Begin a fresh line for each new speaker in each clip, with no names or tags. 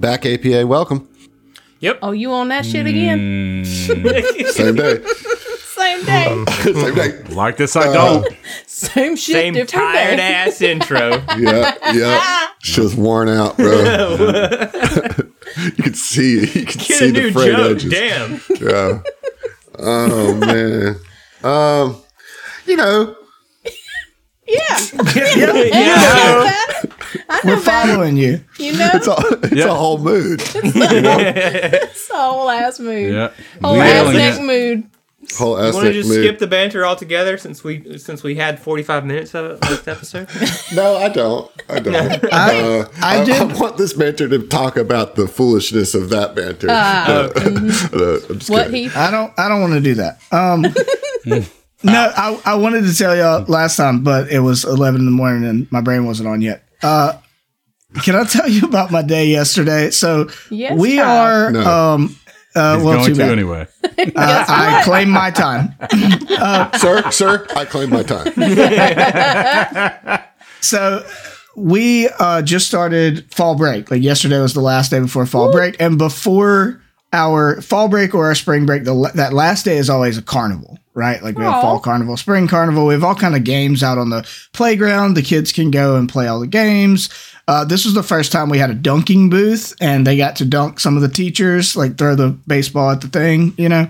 back, APA. Welcome.
Yep.
Oh, you on that shit again?
Same day.
Same day.
Same day.
Like this, I don't.
Same shit.
Uh, Same
different
tired
day.
ass intro.
Yeah, yeah. She was worn out, bro. you could see you could
Get
see
a
the
new
frayed
joke.
edges.
Damn.
Yeah. Oh man. Um, you know,
Yeah.
We're following you.
You know,
it's a it's a whole mood,
it's a whole ass mood.
Yeah.
Whole ass
Nailing
neck
it.
mood.
whole
Want to
aspect
just
mood.
skip the banter altogether since we since we had 45 minutes of it last episode?
no, I don't. I don't.
I,
Uh,
I
I
did.
want this banter to talk about the foolishness of that banter.
Ah,
Uh, no, I'm just
What
kidding.
he?
I don't. I don't want to do that. Um, no, I, I wanted to tell y'all last time, but it was eleven in the morning and my brain wasn't on yet. Uh, can I tell you about my day yesterday? So
Yes,
we
child.
are.
No.
Um, uh,
He's
well, too
going to
bad.
anyway.
Uh, I claim my time.
sir, sir, I claim my time.
So we uh, just started fall break. Like yesterday was the last day before fall break, and before our fall break or our spring break, the, la- that last day is always a carnival, right? Like we have
Aw.
fall carnival, spring carnival. We have all kind of games out on the playground. The kids can go and play all the games. Uh, this was the first time we had a dunking booth, and they got to dunk some of the teachers, like throw the baseball at the thing, you know.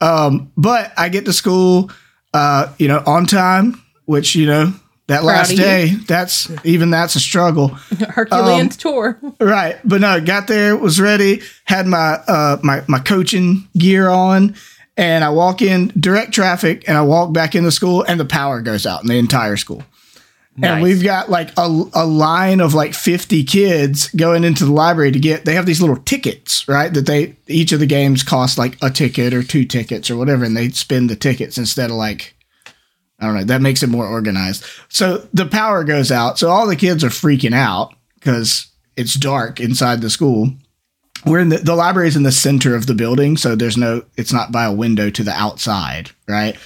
Um, but I get to school, uh, you know, on time, which you know that last
of you.
day, that's even that's a struggle,
Herculean tour.
right? But no, got there, was ready, had my uh, my my coaching gear on, and I walk in direct traffic, and I walk back into school, and the power goes out in the entire school. And
Nice.
we've got like a, a line of like 50 kids going into the library to get, they have these little tickets, right? That they, each of the games cost like a ticket or two tickets or whatever. And they spend the tickets instead of like, I don't know, that makes it more organized. So the power goes out. So all the kids are freaking out because it's dark inside the school. We're in the, the library is in the center of the building. So there's no, it's not by a window to the outside, right?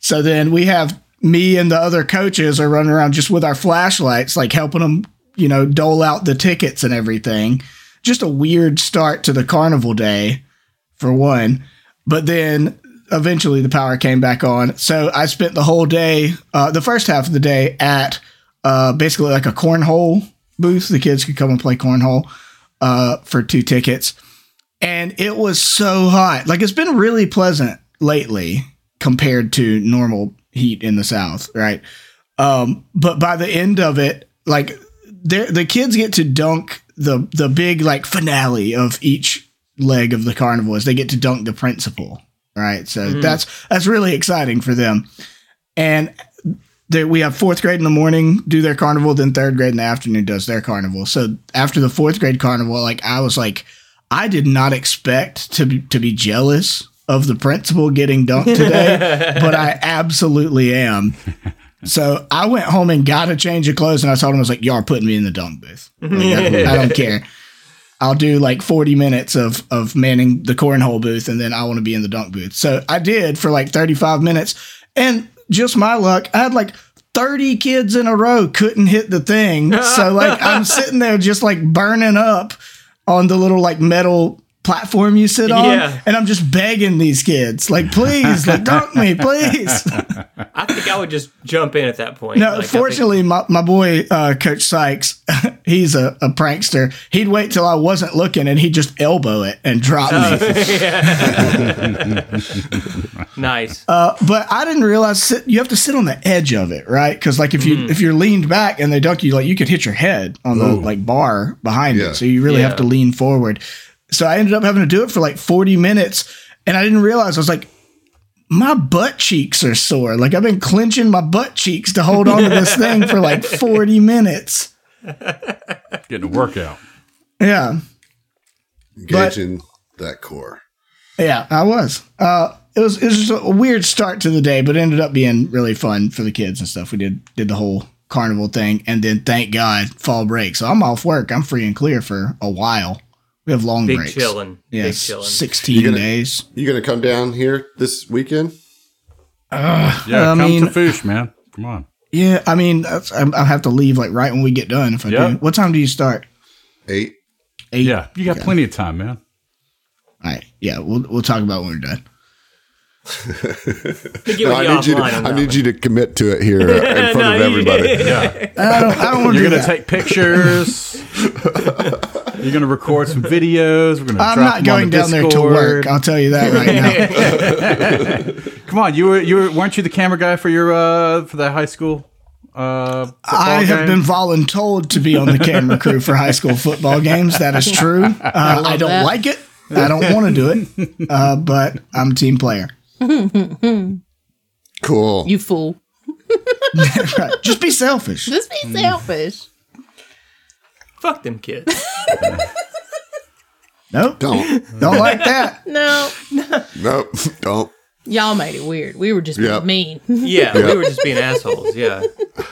So then we have me and the other coaches are running around just with our flashlights, like helping them, you know, dole out the tickets and everything. Just a weird start to the carnival day, for one. But then eventually the power came back on. So I spent the whole day, uh, the first half of the day, at uh, basically like a cornhole booth. The kids could come and play cornhole uh, for two tickets and it was so hot. Like it's been really pleasant lately compared to normal heat in the south, right? Um, but by the end of it, like there the kids get to dunk the the big like finale of each leg of the carnival is they get to dunk the principal, right? So that's that's really exciting for them. And they, we have fourth grade in the morning do their carnival, then third grade in the afternoon does their carnival. So after the fourth grade carnival, like I was like, I did not expect to be, to be jealous of the principal getting dunked today, but I absolutely am. So I went home and got a change of clothes, and I told him I was like, "Y'all are putting me in the dunk booth. Like, I, don't- I don't care. I'll do like 40 minutes of of manning the cornhole booth, and then I want to be in the dunk booth." So I did for like 35 minutes, and just my luck, I had like 30 kids in a row couldn't hit the thing. So like I'm sitting there just like burning up on the little like metal platform you sit on
Yeah.
and I'm just begging these kids like please like dunk me please
I think I would just jump in at that point.
No,
Like, I think-
fortunately, my, my boy, uh, Coach Sykes, he's a, a prankster. He'd wait till I wasn't looking and he'd just elbow it and drop
Oh.
me.
nice.
Uh, but I didn't realize sit, you have to sit on the edge of it, right? Because like if you
Mm.
if you're leaned back and they dunk you, like you could hit your head on the like bar behind
Yeah.
it. So you really
Yeah.
have to lean forward. So I ended up having to do it for like 40 minutes, and I didn't realize I was like. My butt cheeks are sore. Like I've been clenching my butt cheeks to hold on to this thing for like 40 minutes.
Getting a workout.
Yeah.
Engaging that core.
Yeah, I was. Uh, it was it was just a weird start to the day, but it ended up being really fun for the kids and stuff. We did did the whole carnival thing, and then thank God fall break. So I'm off work. I'm free and clear for a while. We have long
Big
breaks.
chillin'.
Yeah,
Big
s-
chillin'.
16
gonna-
days.
You gonna come down here this weekend?
Yeah,
I
come
mean-
to fish, man. Come on.
Yeah, I mean, that's, I'm- I'll have to leave like right when we get done. If I
Yeah.
do, what time do you start?
Eight.
eight.
Yeah, you got plenty of time, man.
All right. Yeah. We'll we'll talk about when we're done.
To get
No,
with you
I need you. To,
offline on
I
that
need
one.
you to commit to it here uh, in front
No,
of
you-
everybody.
Yeah,
I don't, I don't want to
you're
do
gonna
that.
take pictures. you're gonna record some videos. We're gonna.
I'm
drop
not
them on
going
the
down there to
Discord.
work. I'll tell you that right now.
Come on, you were you were, weren't you the camera guy for your uh for that high school? Uh,
I
football
have
game?
been voluntold to be on the camera crew for high school football games. That is true. Uh, I, don't
that.
like it. I don't want to do it. Uh, but I'm a team player.
Cool.
You fool.
Right. Just be selfish.
Just be selfish.
Fuck them kids.
Nope.
don't.
Don't like that.
No,
Nope. Don't.
y'all made it weird. We were just
Yeah.
mean.
Yeah, we were just being assholes. Yeah.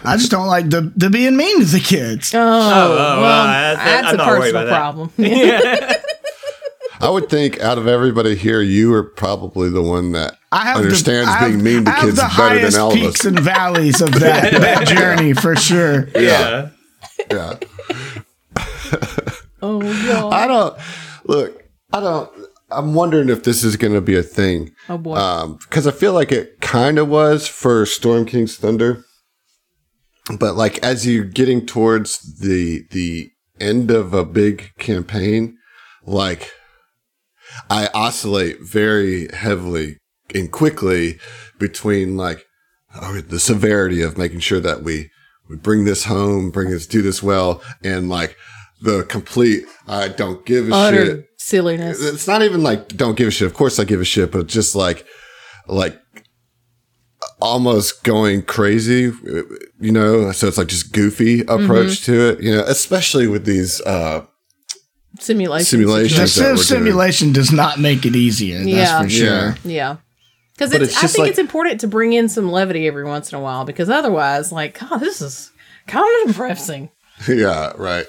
I just don't like the the being mean to the kids.
Oh, well, that's,
That's
I'm
a
not worried
personal
about that.
problem.
I would think out of everybody here, you are probably the one that
I have
understands
the, I have-
being mean to
I have
kids
the
better than
highest
all of
peaks
us.
and valleys of that, that journey for sure.
Yeah.
Yeah.
oh god.
I don't look. I don't. I'm wondering if this is going to be a thing.
Oh boy.
Uh, because Um, I feel like it kind of was for Storm King's Thunder, but like as you're getting towards the the end of a big campaign, like I oscillate very heavily and quickly between like oh, the severity of making sure that we we bring this home, bring this, do this well, and like the complete I don't give a
Utter
shit Uh,
silliness.
it's not even like don't give a shit. Of course I give a shit, but just like like almost going crazy, you know. So it's like just goofy approach to it, you know. Especially with these uh,
Simulation.
The
simulations.
sim
that we're doing.
simulation does not make it easier.
Yeah.
That's for sure.
Yeah.
Yeah. Because
But
it's,
it's
I
just
think
like-
it's important to bring in some levity every once in a while because otherwise, like, God, this is kind of depressing.
yeah, right.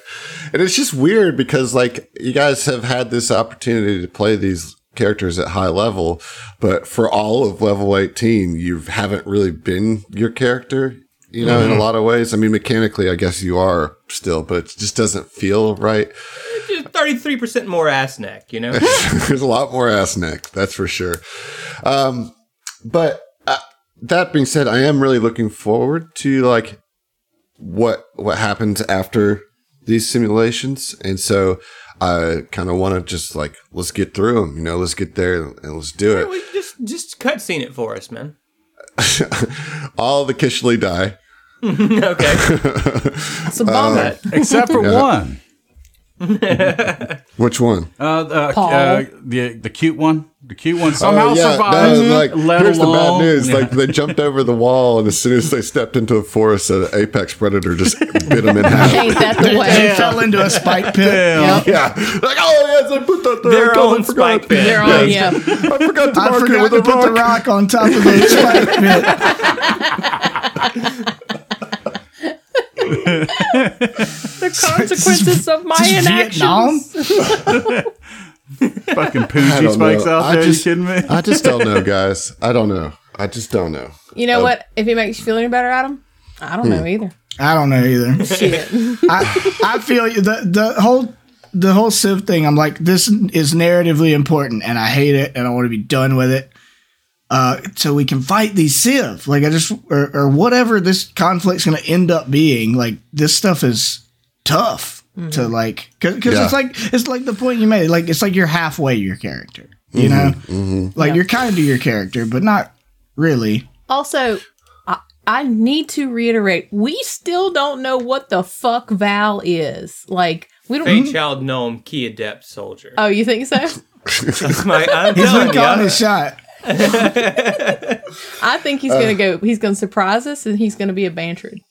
And it's just weird because like you guys have had this opportunity to play these characters at high level, but for all of level 18, you haven't really been your character, you know, in a lot of ways. I mean, mechanically, I guess you are still, but it just doesn't feel right.
Just 33% more ass neck, you know?
There's a lot more ass neck, that's for sure. Um, but uh, that being said, I am really looking forward to like what what happens after these simulations, and so I kind of want to just like let's get through them, you know, let's get there and let's do it.
We just just cutscene it for us, man.
All the Kishli die.
Okay.
It's
Uh,
a bummer.
except for one.
Which one?
Uh, the, uh,
Paul.
uh, the the cute one, the cute one somehow
Oh,
survived.
no, like,
let
here's
alone-
the bad news.
Yeah.
Like they jumped over the wall, and as soon as they stepped into a forest, an apex predator just bit them in half.
Ain't that the
They
way?
fell into a spike pit.
Yep.
Yeah. Like, oh, yes, I put that there. I
Their
totally
own
forgot.
spike pit.
They're on, yeah.
I forgot to
I
mark it
forgot
with
to
a
put the
rock.
rock on top of the spike pit.
the consequences of my
This is Vietnam?
inactions.
fucking
I
poochie
don't
spikes
know.
out
I
there.
just-
you kidding me?
I just don't know, guys. I don't know. I just don't know.
You
Uh,
know what? If it makes you feel any better, Adam, I don't
Hmm.
know either.
I don't know either.
Shit.
I, I feel you. the the whole the whole Civ thing. I'm like, this is narratively important, and I hate it, and I want to be done with it. Uh, so we can fight these Civ, like I just or, or whatever this conflict's going to end up being. Like this stuff is tough to like because
Yeah.
it's like it's like the point you made. Like it's like you're halfway your character. You know, like you're kind to your character, but not really.
also, I, I need to reiterate we still don't know what the fuck Val is. Like, we don't.
Faint Child Gnome Key Adept Soldier.
Oh, you think so?
That's my, I'm
He's
telling
been
you.
calling
I-
his shot.
I think
Uh.
he's gonna go. He's gonna surprise us, and he's gonna be a bantry.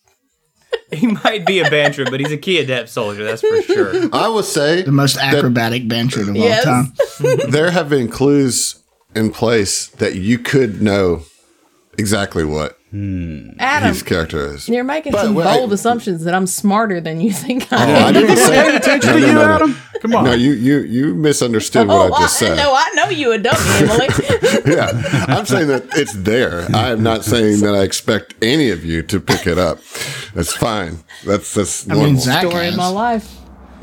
He might be a banter, but he's a Key Adept Soldier, that's for sure.
I will say
The most acrobatic banter of
Yes.
all time.
there have been clues in place that you could know exactly what
Adam,
his character is.
you're making
But
some
wait-
bold assumptions that I'm smarter than you think I
Oh,
am.
I didn't say
attention to you, Adam. Come on.
No, you, you, you misunderstood
oh,
what I just said.
know. I know you a dummy, Emily.
yeah. I'm saying that it's there. I am not saying that I expect any of you to pick it up. That's fine. That's that's
I
normal.
mean, Zach
Story of
has.
my life.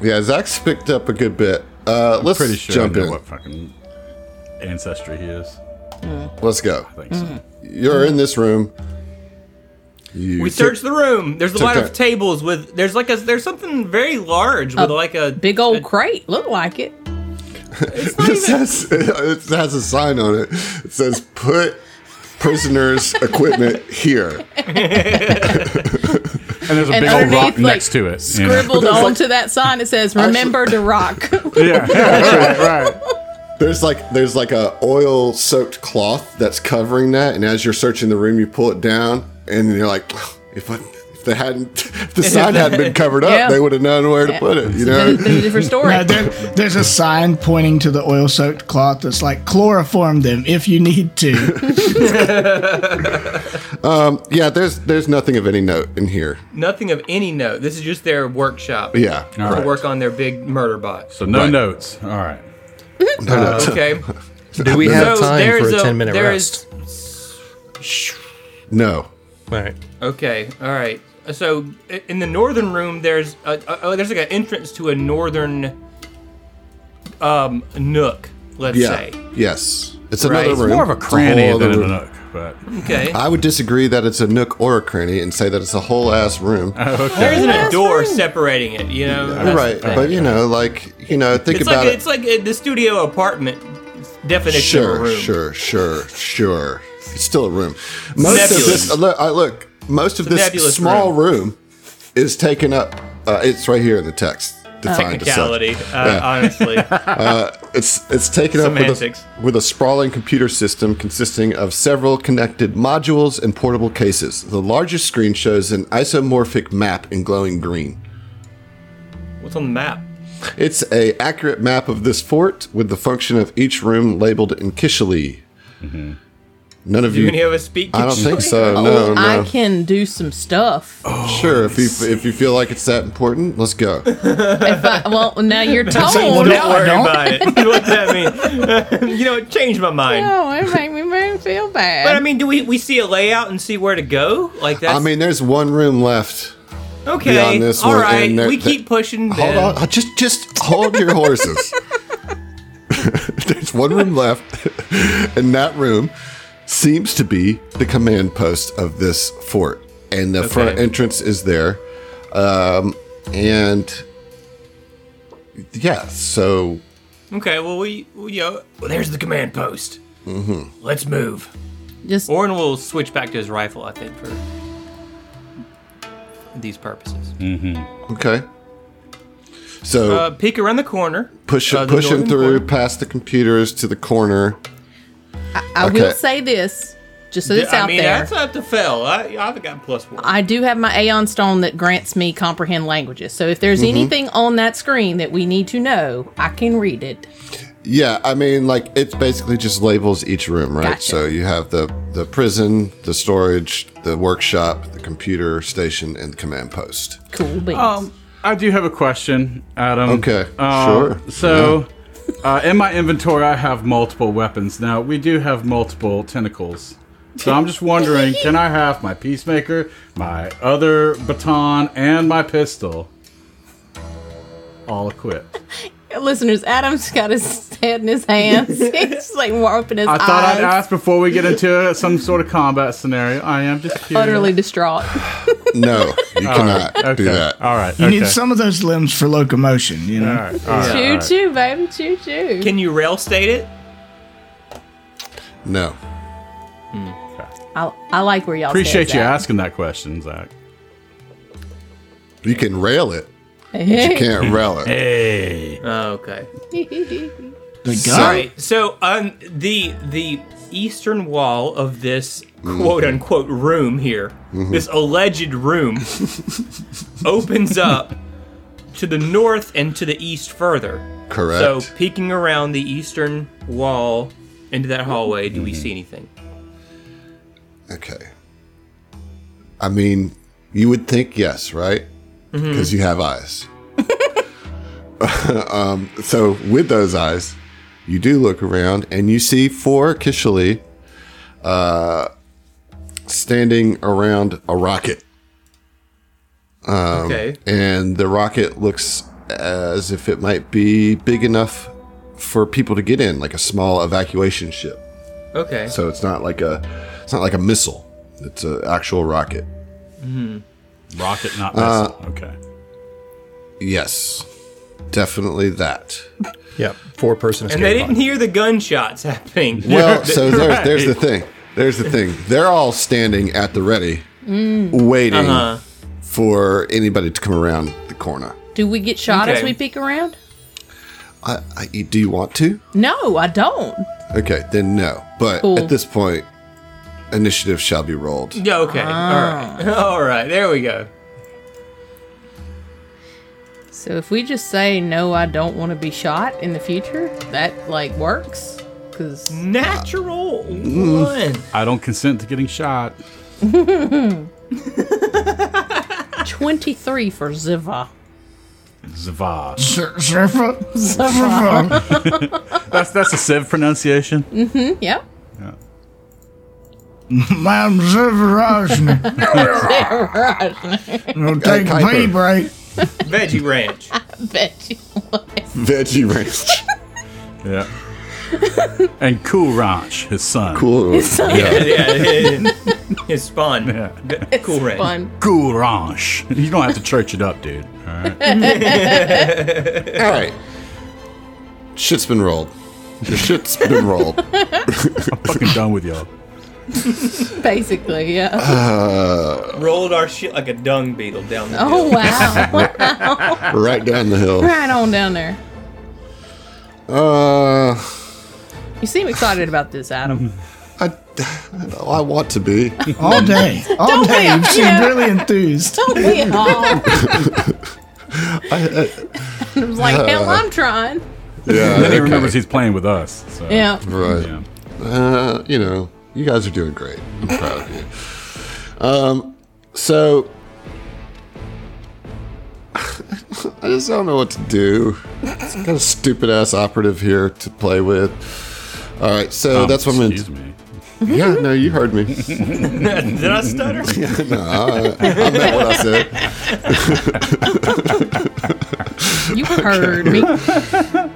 Yeah, Zach's picked up a good bit. Uh, let's
Pretty sure
jump
I know
in.
what fucking ancestry he is.
Let's go.
I think so.
Hmm.
You're in this room. You
We
took-
searched the room. There's a
took
lot
time.
of tables with. There's like a. There's something very large with like a
Big old crate. Look like it.
It's not
It
even.
says it has a sign on it. It says put prisoners equipment here.
And there's a
And
big old
underneath,
rock
like,
next to it. you know?
Scribbled onto that sign, it says, Remember to rock.
Yeah, right, right.
There's like there's like a oil soaked cloth that's covering that, and as you're searching the room, you pull it down, and you're like, if I, if they hadn't, if the sign hadn't been covered up,
Yeah.
they would have known where to put it. You know,
It's a different story.
Uh, there, there's a sign pointing to the oil-soaked cloth that's like chloroform them if you need to.
yeah. There's there's nothing of any note in here.
Nothing of any note. This is just their workshop.
Yeah,
All
To
right.
work on their big murder box.
So no
Right.
notes. All right.
Okay.
Do we have time for a 10 minute
there
rest?
is-
no.
All right.
okay. All right. So i- in the northern room, there's a, a, oh, there's like an entrance to a northern um nook. Let's
Yeah.
say.
Yes. It's
Right.
another
It's
room.
More of a
It's
cranny
whole other
than a
room.
nook, but
Okay.
I would disagree that it's a nook or a cranny and say that it's a whole ass room.
there isn't a door separating it. You know. That's the
right,
thing.
but you know, like you know, think
It's
about
like
it.
it's like uh, the studio apartment definition of a
sure,
room.
sure, sure, sure. It's still a room. Most of this,
nebulous.
uh, look, I look, most of
a
this
nebulous
small room. is taken up. Uh, it's right here in the text. Defined as such.
Technicality, uh, honestly.
It's it's taken up with
Semantics.
a, with a sprawling computer system consisting of several connected modules and portable cases. The largest screen shows an isomorphic map in glowing green.
What's on the map?
It's a accurate map of this fort with the function of each room labeled in Kishali. None of
Do
you.
any of us speak?
I don't think so.
Oh,
No, no.
I can do some stuff.
Oh.
sure, if you if you feel like it's that important, let's go.
If I, well, now you're told.
you don't-
Don't worry
don't.
about it. what that mean? you know, it changed my mind.
No, it make me make me feel bad.
But I mean, do we we see a layout and see where to go? Like that?
I mean, there's one room left.
okay,
beyond this
all
one,
right.
and there-
we
there-
keep pushing.
Hold
then.
on, uh, just just hold your horses. there's one room left, and that room seems to be the command post of this fort, and the front
Okay.
entrance is there, um, and yeah, so
Okay, well we, we you know, well, there's the command post. Mm-hmm. Let's move.
Just
Orin will switch back to his rifle, I think, for these purposes.
Hmm. okay. So
Uh, peek around the corner.
push,
uh, the
pushing
northern
through
corner.
past the computers to the corner.
I
Okay.
will say this, just so it's
I
out
mean,
there.
that's up to fail. I, I've got plus one.
I do have my Aeon Stone that grants me comprehend languages. So if
Mm-hmm.
there's anything on that screen that we need to know, I can read it.
Yeah, I mean, like it's basically just labels each room, right?
Gotcha.
So you have the the prison, the storage, the workshop, the computer station, and the command post.
Cool beans.
um, I do have a question, Adam.
Okay,
Uh,
sure.
So, uh, in my inventory, I have multiple weapons. Now we do have multiple tentacles. So I'm just wondering, can I have my peacemaker, my other baton, and my pistol, all equipped?
Listeners, Adam's got his head in his hands. He's like warping his
I
eyes.
thought I'd ask before we get into some sort of combat scenario. I am just curious.
Utterly distraught.
No, you cannot do that.
All right.
You
okay.
need some of those limbs for locomotion, you know.
All right. All right.
Choo choo, baby, choo choo.
Can you rail state it?
No.
I, I like where y'all
Appreciate you
heads
asking that question, Zach.
You can rail it.
at.
You can't rail it.
Hey.
Oh, okay.
The gun.
All right. So on the the eastern wall of this
Mm-hmm.
quote unquote room here, this alleged room, opens up to the north and to the east further.
Correct.
So peeking around the eastern wall into that hallway, do
Mm-hmm.
we see anything?
Okay. I mean, you would think yes, right? Because you have eyes. um, so, with those eyes, you do look around and you see four Kishali uh, standing around a rocket.
okay.
Um,
And the rocket looks as if it might be big enough for people to get in, like a small evacuation ship.
Okay.
So it's not like a it's not like a missile. It's an actual rocket.
Rocket,
Uh,
not missile. okay.
Yes, definitely that.
Yep. Four person
And they didn't hear the gunshots happening.
Well, so there's, there's the thing. There's the thing. They're all standing at the ready, waiting
Uh-huh.
for anybody to come around the corner.
Do we get shot as
Okay.
we peek around?
I, I, do you want to?
No, I don't.
Okay, then no. But
Cool.
at this point, initiative shall be rolled.
Yeah, okay. All right. All right. There we go.
So if we just say no, I don't want to be shot in the future, that like works because
Natural one.
I don't consent to getting shot.
23 for Ziva.
Zavad.
Zephyr.
That's that's a Civ pronunciation.
Yep.
Ma'am Zephyr We'll take a pee
Kuiper.
break.
Veggie Ranch.
Bet you.
Veggie ranch.
Yeah. and Cool Ranch, his son.
cool.
yeah, yeah, yeah. His spawn. Ve- Cool Ranch.
Fun.
Cool Ranch. You don't have to church it up, dude. All right.
All right. Shit's been rolled. Your shit's been rolled.
Fucking done with y'all.
Basically, yeah.
Oh,
Rolled our shit like a dung beetle down the
oh,
hill.
wow.
right down the hill.
right on down there.
Uh,
You seem excited about this, Adam.
I, oh, I want to be.
All day. All
Don't be
day.
up
You seem
here.
really enthused.
Don't we all? I was like, hell, I'm trying.
Yeah.
Then he
okay.
remembers he's playing with us. So.
Yeah.
Right.
Yeah.
Uh, you know, you guys are doing great. I'm proud of you. Um, so I just don't know what to do. It's got a stupid ass operative here to play with. All right, so
Um,
that's what I'm.
Excuse
Gonna,
me.
yeah, no, you heard me.
Did I stutter?
I meant what I said.
You heard me.
All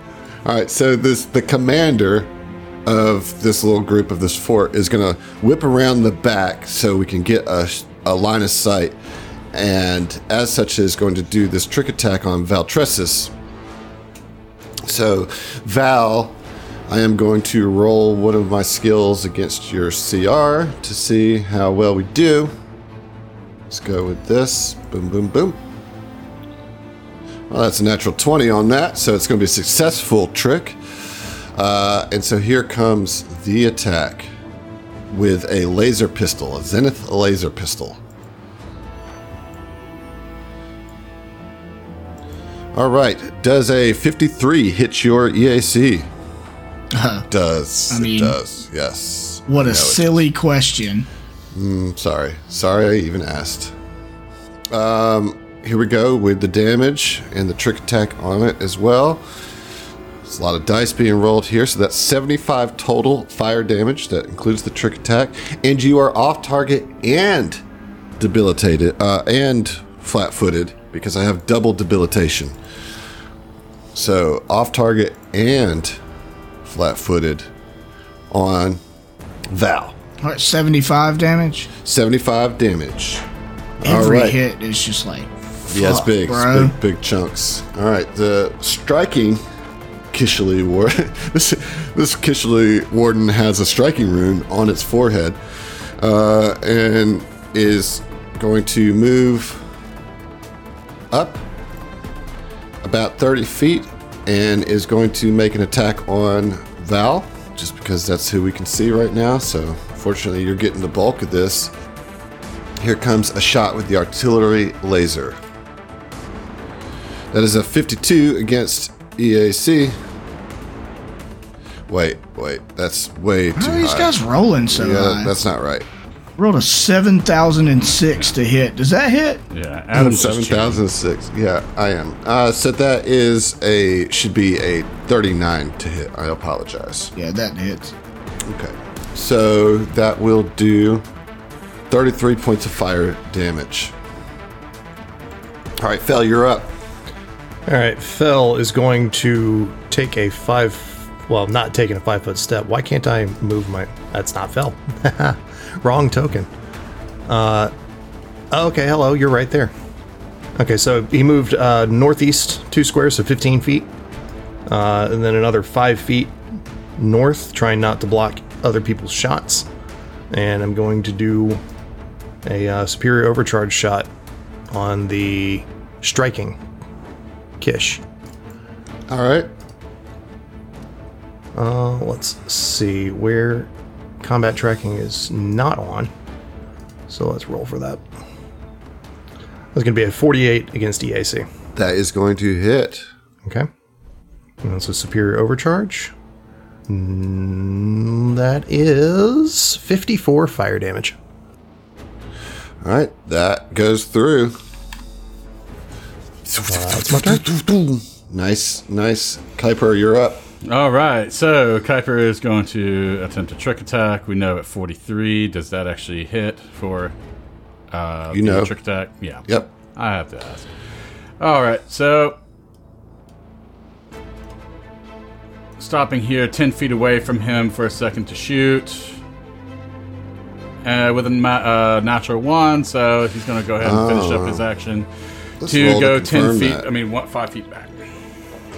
right, so this the commander of this little group of this fort is gonna whip around the back so we can get a, a line of sight, and as such is going to do this trick attack on Valtressis. So, Val, I am going to roll one of my skills against your CR to see how well we do. Let's go with this. Boom, boom, boom. Well, that's a natural 20 on that, so it's going to be a successful trick. Uh, and so here comes the attack with a laser pistol, a Zenith laser pistol. All right, does a 53 hit your EAC? does.
Uh-huh. I
it
mean-
does, yes.
What a
No, it
silly question.
I'm sorry. Sorry I even asked. Um, here we go with the damage and the trick attack on it as well. There's a lot of dice being rolled here, so that's 75 total fire damage. That includes the trick attack, and you are off target and debilitated uh, and flat-footed because I have double debilitation. So off target and flat-footed on Val.
What, 75 damage?
75 damage.
Every
right.
hit is just like.
Yeah, it's
fuck,
big. It's
bro.
big, big chunks. All right, the striking Kishali War. this this Kishali Warden has a striking rune on its forehead, uh, and is going to move up about 30 feet, and is going to make an attack on Val, just because that's who we can see right now. So fortunately, you're getting the bulk of this. Here comes a shot with the artillery laser. That is a 52 against EAC. Wait, wait, that's way too
How are these
high.
guys rolling so
yeah,
high?
that's not right.
Rolled a 7,006 to hit. Does that hit?
Yeah. Adam's just
Seven thousand six. Yeah, I am. Uh, so that is a should be a 39 to hit. I apologize.
Yeah, that hits.
Okay, so that will do 33 points of fire damage. All right, Fel, you're up.
All right, Fell is going to take a five. Well, not taking a five foot step. Why can't I move my? That's not Fell. Wrong token. Uh, okay. Hello, you're right there. Okay, so he moved uh, northeast two squares, so 15 feet, uh, and then another five feet north, trying not to block other people's shots. And I'm going to do a uh, superior overcharge shot on the striking Kish.
All right.
Uh, let's see where combat tracking is not on. So let's roll for that. That's going to be a 48 against EAC.
That is going to hit.
Okay. And that's a superior overcharge. Mm, that is 54 fire damage.
All right. That goes through. Nice, nice. Kuiper, you're up.
All right, so Kuiper is going to attempt a trick attack. We know at 43, does that actually hit for uh,
You
the
know.
trick attack? Yeah.
Yep.
I have to ask. All right, so stopping here, ten feet away from him for a second to shoot uh, with a ma- uh, natural one. So he's going to go ahead and finish up his action
roll
to
Oh. to
go ten
confirm
feet.
that.
I mean, what, five feet back.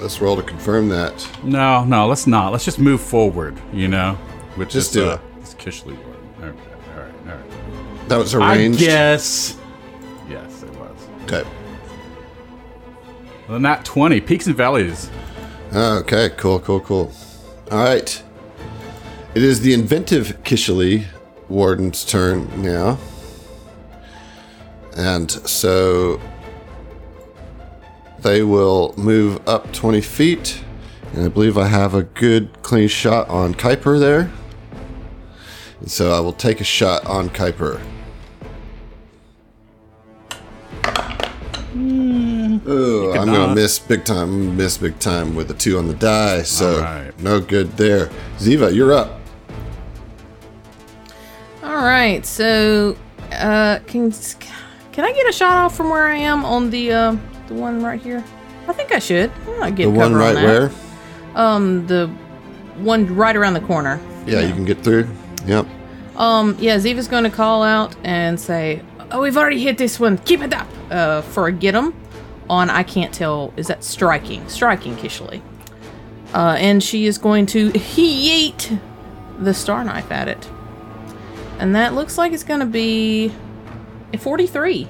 Let's roll to confirm that.
No, no, let's not. Let's just move forward. You know, which
Just
is
do
uh,
it.
It's Kishley word. Okay, all right, all right.
That was
I
arranged.
guess. Yes, it was.
Okay.
Well, not 20. Peaks and valleys.
Okay, cool, cool, cool. All right. It is the inventive Kishali Warden's turn now. And so they will move up 20 feet. And I believe I have a good clean shot on Kuiper there. And so I will take a shot on Kuiper. Ooh, I'm gonna
cannot.
miss big time. I'm gonna Miss big time with a two on the die. So
Alright.
no good there. Ziva, you're up.
All right, so uh, can can I get a shot off from where I am on the uh, the one right here? I think I should. I'm not
The
getting
one
cover
right
on
where?
that. Um, the one right around the corner.
Yeah, you can get through. Yep.
Um, yeah, Ziva's going to call out and say, "Oh, we've already hit this one. Keep it up." Uh, for a get 'em on I can't tell. Is that striking? Striking Kishli. Uh, and she is going to yeet the star knife at it, and that looks like it's going to be a forty-three.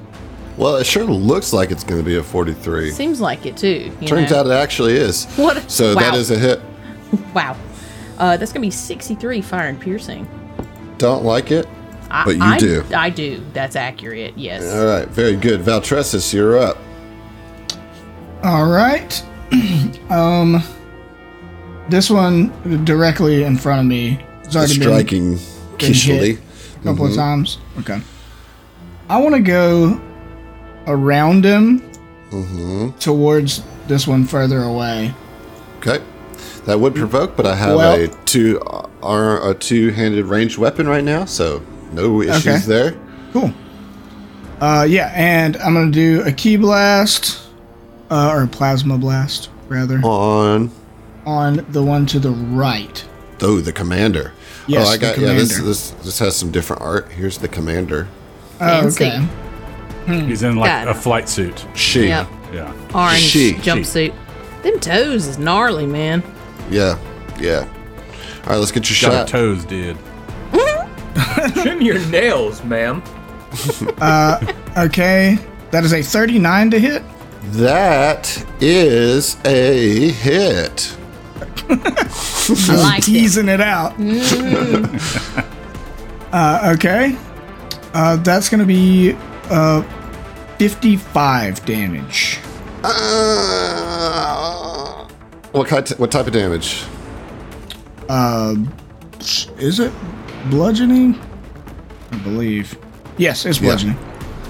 Well, it sure looks like it's going to be a 43.
Seems like it too. you
Turns
know.
out it actually is.
What?
So that
Wow.
is a hit.
Wow. Uh, that's gonna be sixty-three fire and piercing.
Don't like it,
I,
but you
I-
do.
I do. That's accurate. Yes.
All right, very good. Valtressis, you're up.
All right. um, this one directly in front of me. It's
The
already been
striking Mm-hmm.
been
Kishli.
hit a couple of times. Okay. I want to go around him
Mm-hmm.
towards this one further away.
Okay. That would provoke, but I have
Well-
a two uh, ar- a two-handed ranged weapon right now, so no issues
Okay.
there.
Cool. Uh, yeah, and I'm gonna do a key blast, uh, or a plasma blast rather,
On
on the one to the right.
oh the commander.
Yes,
oh, I
the
got yeah. This,
commander.
this this has some different art. Here's the commander.
Fancy.
Oh, Okay.
He's in like
Mm. Got
a
it. Oh,
flight suit.
She.
Yep.
Yeah.
Orange
She-
jumpsuit. Them toes is gnarly, man.
Yeah. Yeah. All right, let's get your
Got her
shot.
toes, dude.
Trim your nails, ma'am.
Okay, that is a 39 to hit.
That is a hit.
I like it.
teasing it Mm. out. uh, okay. Uh, that's going to be uh, 55 damage.
Uh, what kind? What type of damage?
Uh, Is it bludgeoning? I believe. Yes, it's bludgeoning.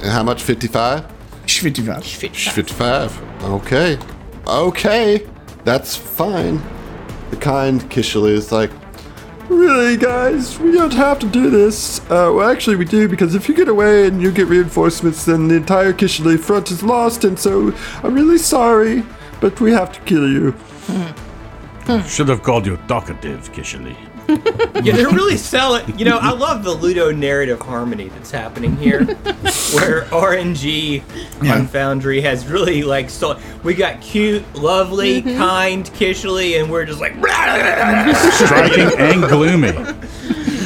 And how much? Fifty-five.
55.
Fifty-five. Okay. Okay. That's fine. The kind Kishali is like, really, guys, we don't have to do this. Uh, well, actually, we do because if you get away and you get reinforcements, then the entire Kishali front is lost. And so, I'm really sorry.
but we have to kill you.
Mm.
Should have called you talkative, Kishali.
Yeah, they're really selling. You know, I love the Ludo narrative harmony that's happening here, where RNG on Foundry has really like so. We got cute, lovely, kind Kishli, and we're just like.
Striking and gloomy.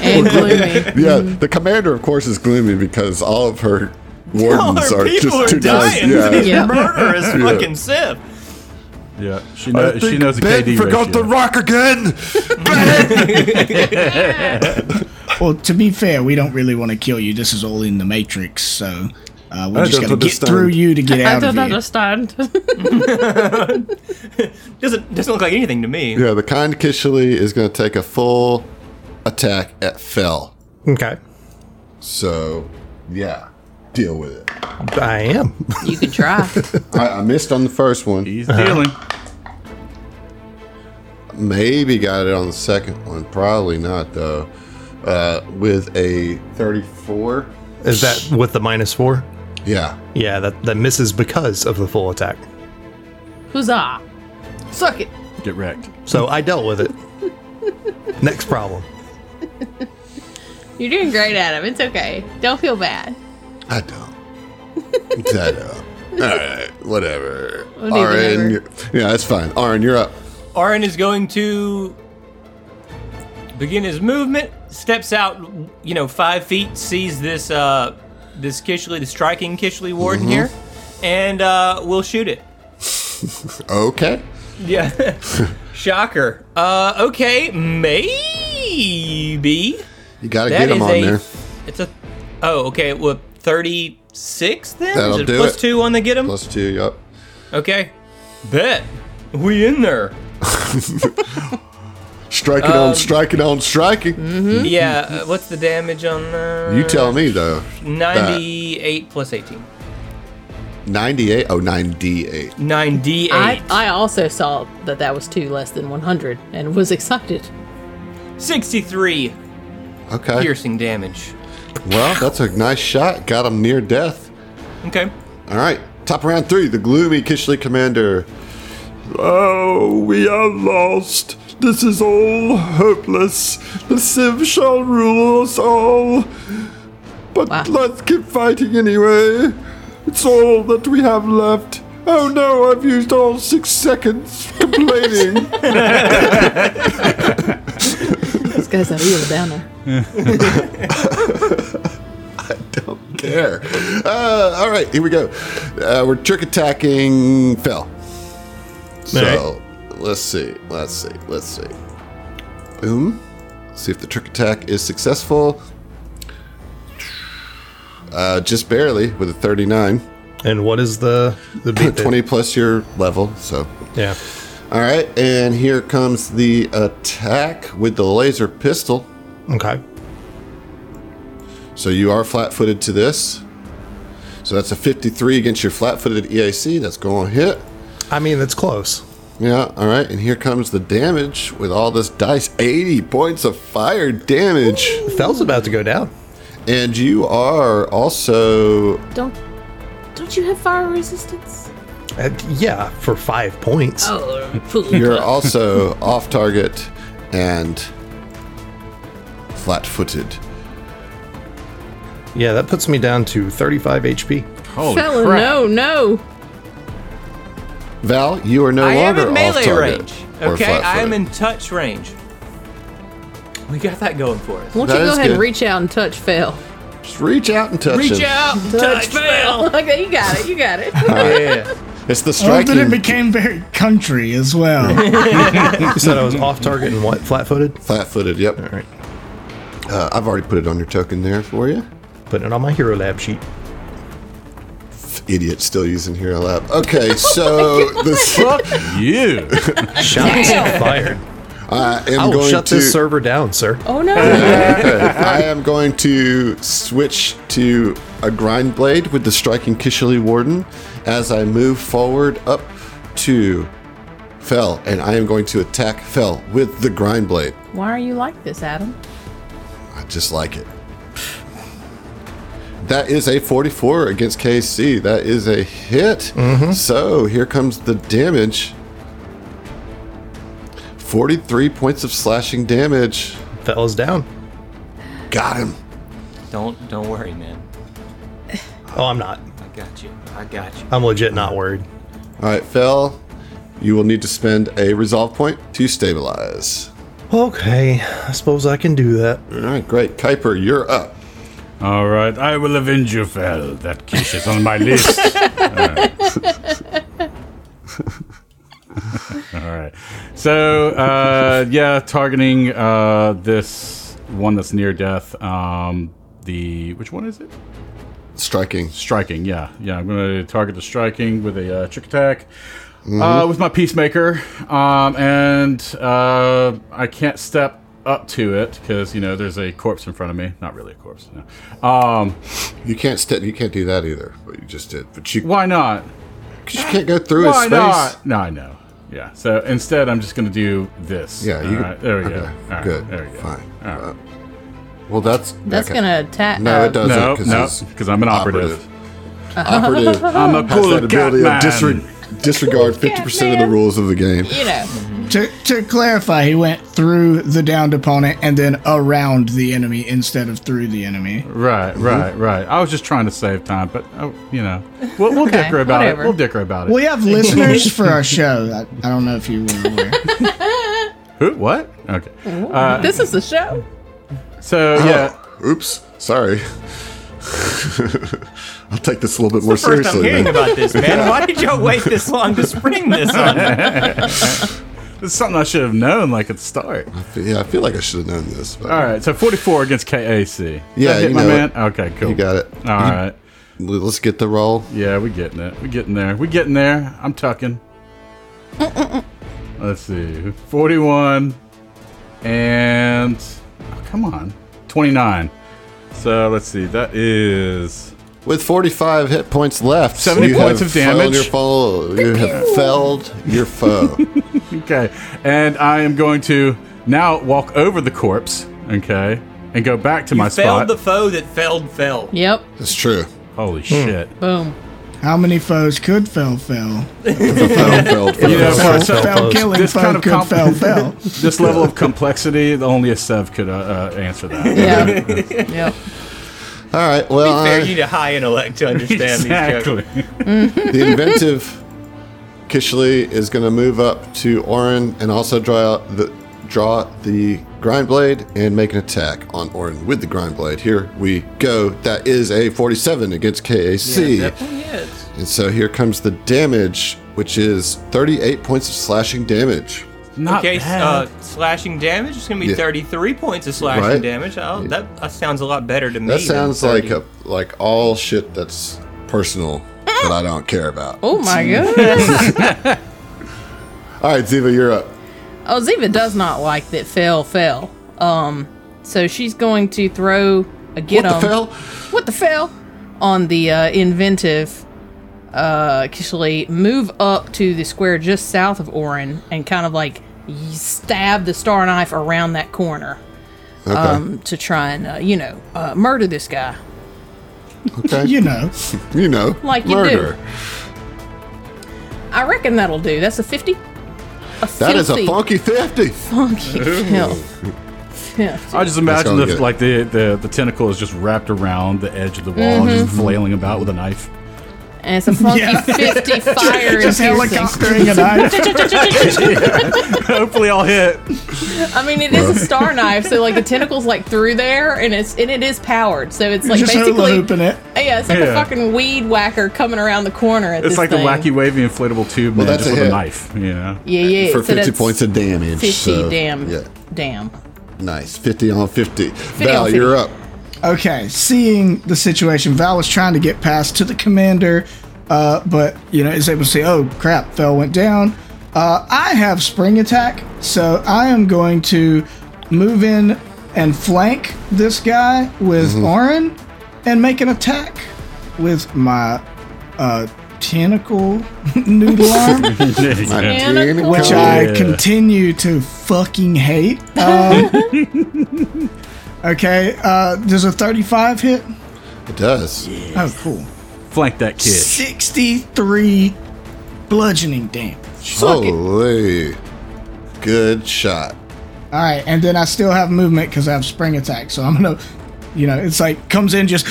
And gloomy.
Yeah, the commander, of course, is gloomy because all of her
All
wardens
our
are
people
just
are
too nice.
dying.
Yeah.
These
Yeah.
murderous fucking Sith.
Yeah, she knows. Uh, She knows the
Ben
KD
forgot
ratio.
the rock again.
Well, to be fair, we don't really want to kill you. This is all in the Matrix, so uh, we're
I
just
don't
going to get
understand.
through you to get out of here.
understand.
Doesn't doesn't look like anything to me.
Yeah, the kind Kishali is going to take a full attack at Fell.
Okay.
So, yeah, deal with it.
I am.
you could try.
I, I missed on the first one.
He's dealing.
Maybe got it on the second one. Probably not though. Uh, with a thirty-four.
Is that with the minus four?
Yeah.
Yeah, that, that misses because of the full attack.
Huzzah! Suck it.
Get wrecked.
So I dealt with it. Next problem.
You're doing great, Adam. It's okay. Don't feel bad.
I don't. I don't. All right, whatever.
We'll do whatever.
Aaron, you're- yeah, that's fine. Aaron, you're up.
Arin is going to begin his movement. Steps out, you know, five feet. Sees this uh, this Kishli, the striking Kishli warden
Mm-hmm.
here, and uh, we'll shoot it.
Okay.
Yeah, shocker. Uh, okay, maybe
You gotta
that
get
is
him on
a.
there.
It's a. Oh, okay. Well, thirty-six then.
That'll
is it
do
plus
it.
two on the get him.
Plus two. Yep.
Okay, bet we in there.
Striking
Um,
on, striking on, striking.
Yeah. Uh, what's the damage on? Uh,
You tell me though.
98 plus 18.
98. Oh, 98.
98.
I, I also saw that that was two less than 100 and was excited.
63
Okay.
piercing damage.
Well, that's a nice shot. Got him near death.
Okay.
All right, top round three. The gloomy Kishli commander. Oh, we are lost. This is all hopeless. The Civ shall rule us all. But
Wow.
let's keep fighting anyway. It's all that we have left. Oh no, I've used all six seconds complaining.
This guy's a real downer.
Don't care. Uh, all right, here we go. Uh, we're trick attacking Fell. So let's see, let's see, let's see. Boom. See if the trick attack is successful. Uh, just barely with a 39.
And what is the the beat? that-
20 plus your level, so.
Yeah.
All right, and here comes the attack with the laser pistol.
Okay.
So you are flat footed to this. So that's a 53 against your flat footed EAC. That's going to hit.
I mean that's close.
Yeah, all right. And here comes the damage with all this dice 80 points of fire damage.
Fell's about to go down.
And you are also.
Don't don't you have fire resistance?
Uh, yeah, for five points.
Oh, fool.
You're also off target and flat footed.
Yeah, that puts me down to 35 HP.
Holy
Fella,
crap!
no, no.
Val, you are no
I am
longer
in melee
off target.
range.
or
Okay, I am
flat-footed.
in touch range. We got that going for us.
Won't
That
you go
is
ahead and
good.
reach out and touch Fell?
Just reach out and touch
Reach
him.
out, touch fail.
okay, you got it. You got it.
Yeah.
It's the
Oh, then it
striking
became very country as well.
You said I was off target and what? Flat footed?
flat footed. Yep.
All right.
Uh, I've already put it on your token there for you.
Putting it on my hero lab sheet.
Idiot, still using Hero Lab. Okay, so this,
You.
Shots fired.
I am
I will
going
shut
to
this server down, sir.
oh no.
Okay, I am going to switch to a grind blade with the striking Kishili Warden as I move forward up to Fell, and I am going to attack Fell with the grind blade.
Why are you like this, Adam?
I just like it. that is a 44 against KC. That is a hit.
Mm-hmm.
So here comes the damage. 43 points of slashing damage.
Fella's down.
Got him.
Don't don't worry, man.
Oh, I'm not.
I got you. I got you.
I'm legit not worried.
All right, Fell, you will need to spend a resolve point to stabilize.
Okay, I suppose I can do that.
All right, great. Kuiper, you're up.
All right, I will avenge you, Fel. That quiche is on my list. All right. So, uh, yeah, targeting uh, this one that's near death. Um, the which one is it?
Striking.
Striking. Yeah, yeah. I'm going to target the striking with a uh, trick attack. Uh, with my peacemaker, um, and uh, I can't step up to it because you know there's a corpse in front of me. Not really a corpse. No. Um,
You can't st- you can't do that either. But you just did. But you,
Why not?
'cause you can't go through his
Why
space.
not? No, I know. Yeah. So instead, I'm just gonna do this.
Yeah,
All
you
right, There we go.
okay,
All right,
Good.
There we go.
Fine.
All right.
Uh, well, that's
That's
okay.
gonna uh, attack.
No, it doesn't.
No, no,
he's
because I'm an operative.
Operative.
I'm a
has
cool
that ability
cat
of disre-
man.
disregard 50% of the
man.
rules of the game.
You know,
To, to clarify, he went through the downed opponent and then around the enemy instead of through the enemy.
Right,
Mm-hmm.
right, right. I was just trying to save time, but oh, you know, we'll, we'll
Okay,
dicker about
whatever.
it. We'll dicker about it.
We have listeners for our show. I, I don't know if you were aware.
Who? What? Okay. Uh,
this is the show.
so
Oh.
yeah,
Oops. Sorry. I'll take this a little bit more
First, I'm
seriously.
hearing
then.
about this, man. Why did y'all wait this long to spring this on?
it's something I should have known like at the start.
Yeah, I feel like I should have known this. But
All right. So 44 against KAC. Did
Yeah,
I hit
you
my
know
man.
it.
Okay, cool.
You got it.
All right.
Let's get the roll.
Yeah, we getting it. We getting there. We getting there. I'm tucking. Let's see. 41 and oh, come on. 29. So let's see. That is
With 45 hit points left,
70
you
points
have
of damage.
felled Your foe. You have felled your foe.
okay. And I am going to now walk over the corpse, okay, and go back to my
You failed
spot.
the foe that failed fell.
Yep.
That's true.
Holy shit.
Boom.
How many foes could fell fell?
Fell, felled, felled.
You know, for
Fell,
a sub-
fell
foes.
killing
This
foe
kind of
could
comp-
fell fell.
this level of complexity, only a Sev could uh, uh, answer that.
Yeah. yep.
All right. Well, uh,
Fair,
I-
you need a high intellect to understand these jokes.
exactly.
the inventive Kishli is going to move up to Orin and also draw out the draw the grind blade and make an attack on Orin with the grind blade. Here we go. That is a 47 against KAC.
Definitely is.
And so here comes the damage, which is 38 points of slashing damage.
Not
okay,
bad.
uh, slashing damage is going to be
Yeah.
33 points of slashing
Right.
damage. Oh, that, that sounds a lot better to me.
That
than
sounds
30.
like a like all shit that's personal that I don't care about.
Oh my goodness.
All right, Ziva, you're up.
Oh, Ziva does not like that. Fell fell. Um. So she's going to throw a get
what the
'em.
fell?
What the fell? On the uh, inventive, uh, Kishli, move up to the square just south of Orin and kind of like y- stab the star knife around that corner
Okay.
um, to try and, uh, you know, uh, murder this guy.
okay.
You
you,
know,
know,
Like you do.
murder.
I reckon that'll do. That's a 50. A
That is a
filthy,
funky 50.
funky kill.
I just imagine
That's all
the,
good.
like the, the the tentacle is just wrapped around the edge of the wall and just flailing about with a knife.
And it's a funky 50 fire
just
piercing.
helicoptering a knife.
Hopefully, I'll hit.
I mean, it is a star knife, so like the tentacles like through there, and it's and it is powered, so it's like
just hula
basically
hooping it.
Yeah, it's like
Yeah.
a fucking weed whacker coming around the corner at
It's
this
like
thing.
the wacky wavy inflatable tube man
that's
just
a
with a
hit.
knife. You know.
Yeah, yeah.
for
so
50
that's
points of damage.
50
so,
damn.
Yeah,
Damn.
nice. 50 on 50. Val,
on
you're up.
Okay, seeing the situation, Val was trying to get past to the commander, uh, but you know is able to see. Oh crap! Fell went down. Uh, I have spring attack, so I am going to move in and flank this guy with Orin, and make an attack with my uh, tentacle noodle arm
Yeah.
Tentacle.
which
Cool.
I
Yeah.
continue to fucking hate. Um, okay, uh, does a 35 hit?
It does.
Oh, cool.
Flank that kid.
63 bludgeoning damage.
Suck it.
Holy. Good shot.
All right, and then I still have movement because I have spring attack, so I'm gonna, you know, it's like comes in just.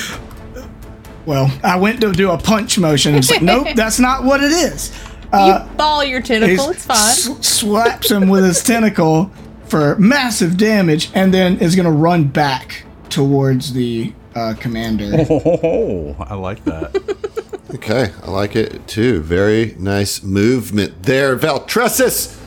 Well, I went to do a punch motion. It's like, nope, that's not what it is. Uh,
you ball your tentacle. It's fine.
sw- slaps him with his tentacle for massive damage, and then is gonna run back towards the uh, commander.
Ho, ho, ho. I like that.
Okay, I like it too. Very nice movement there, Valtressis.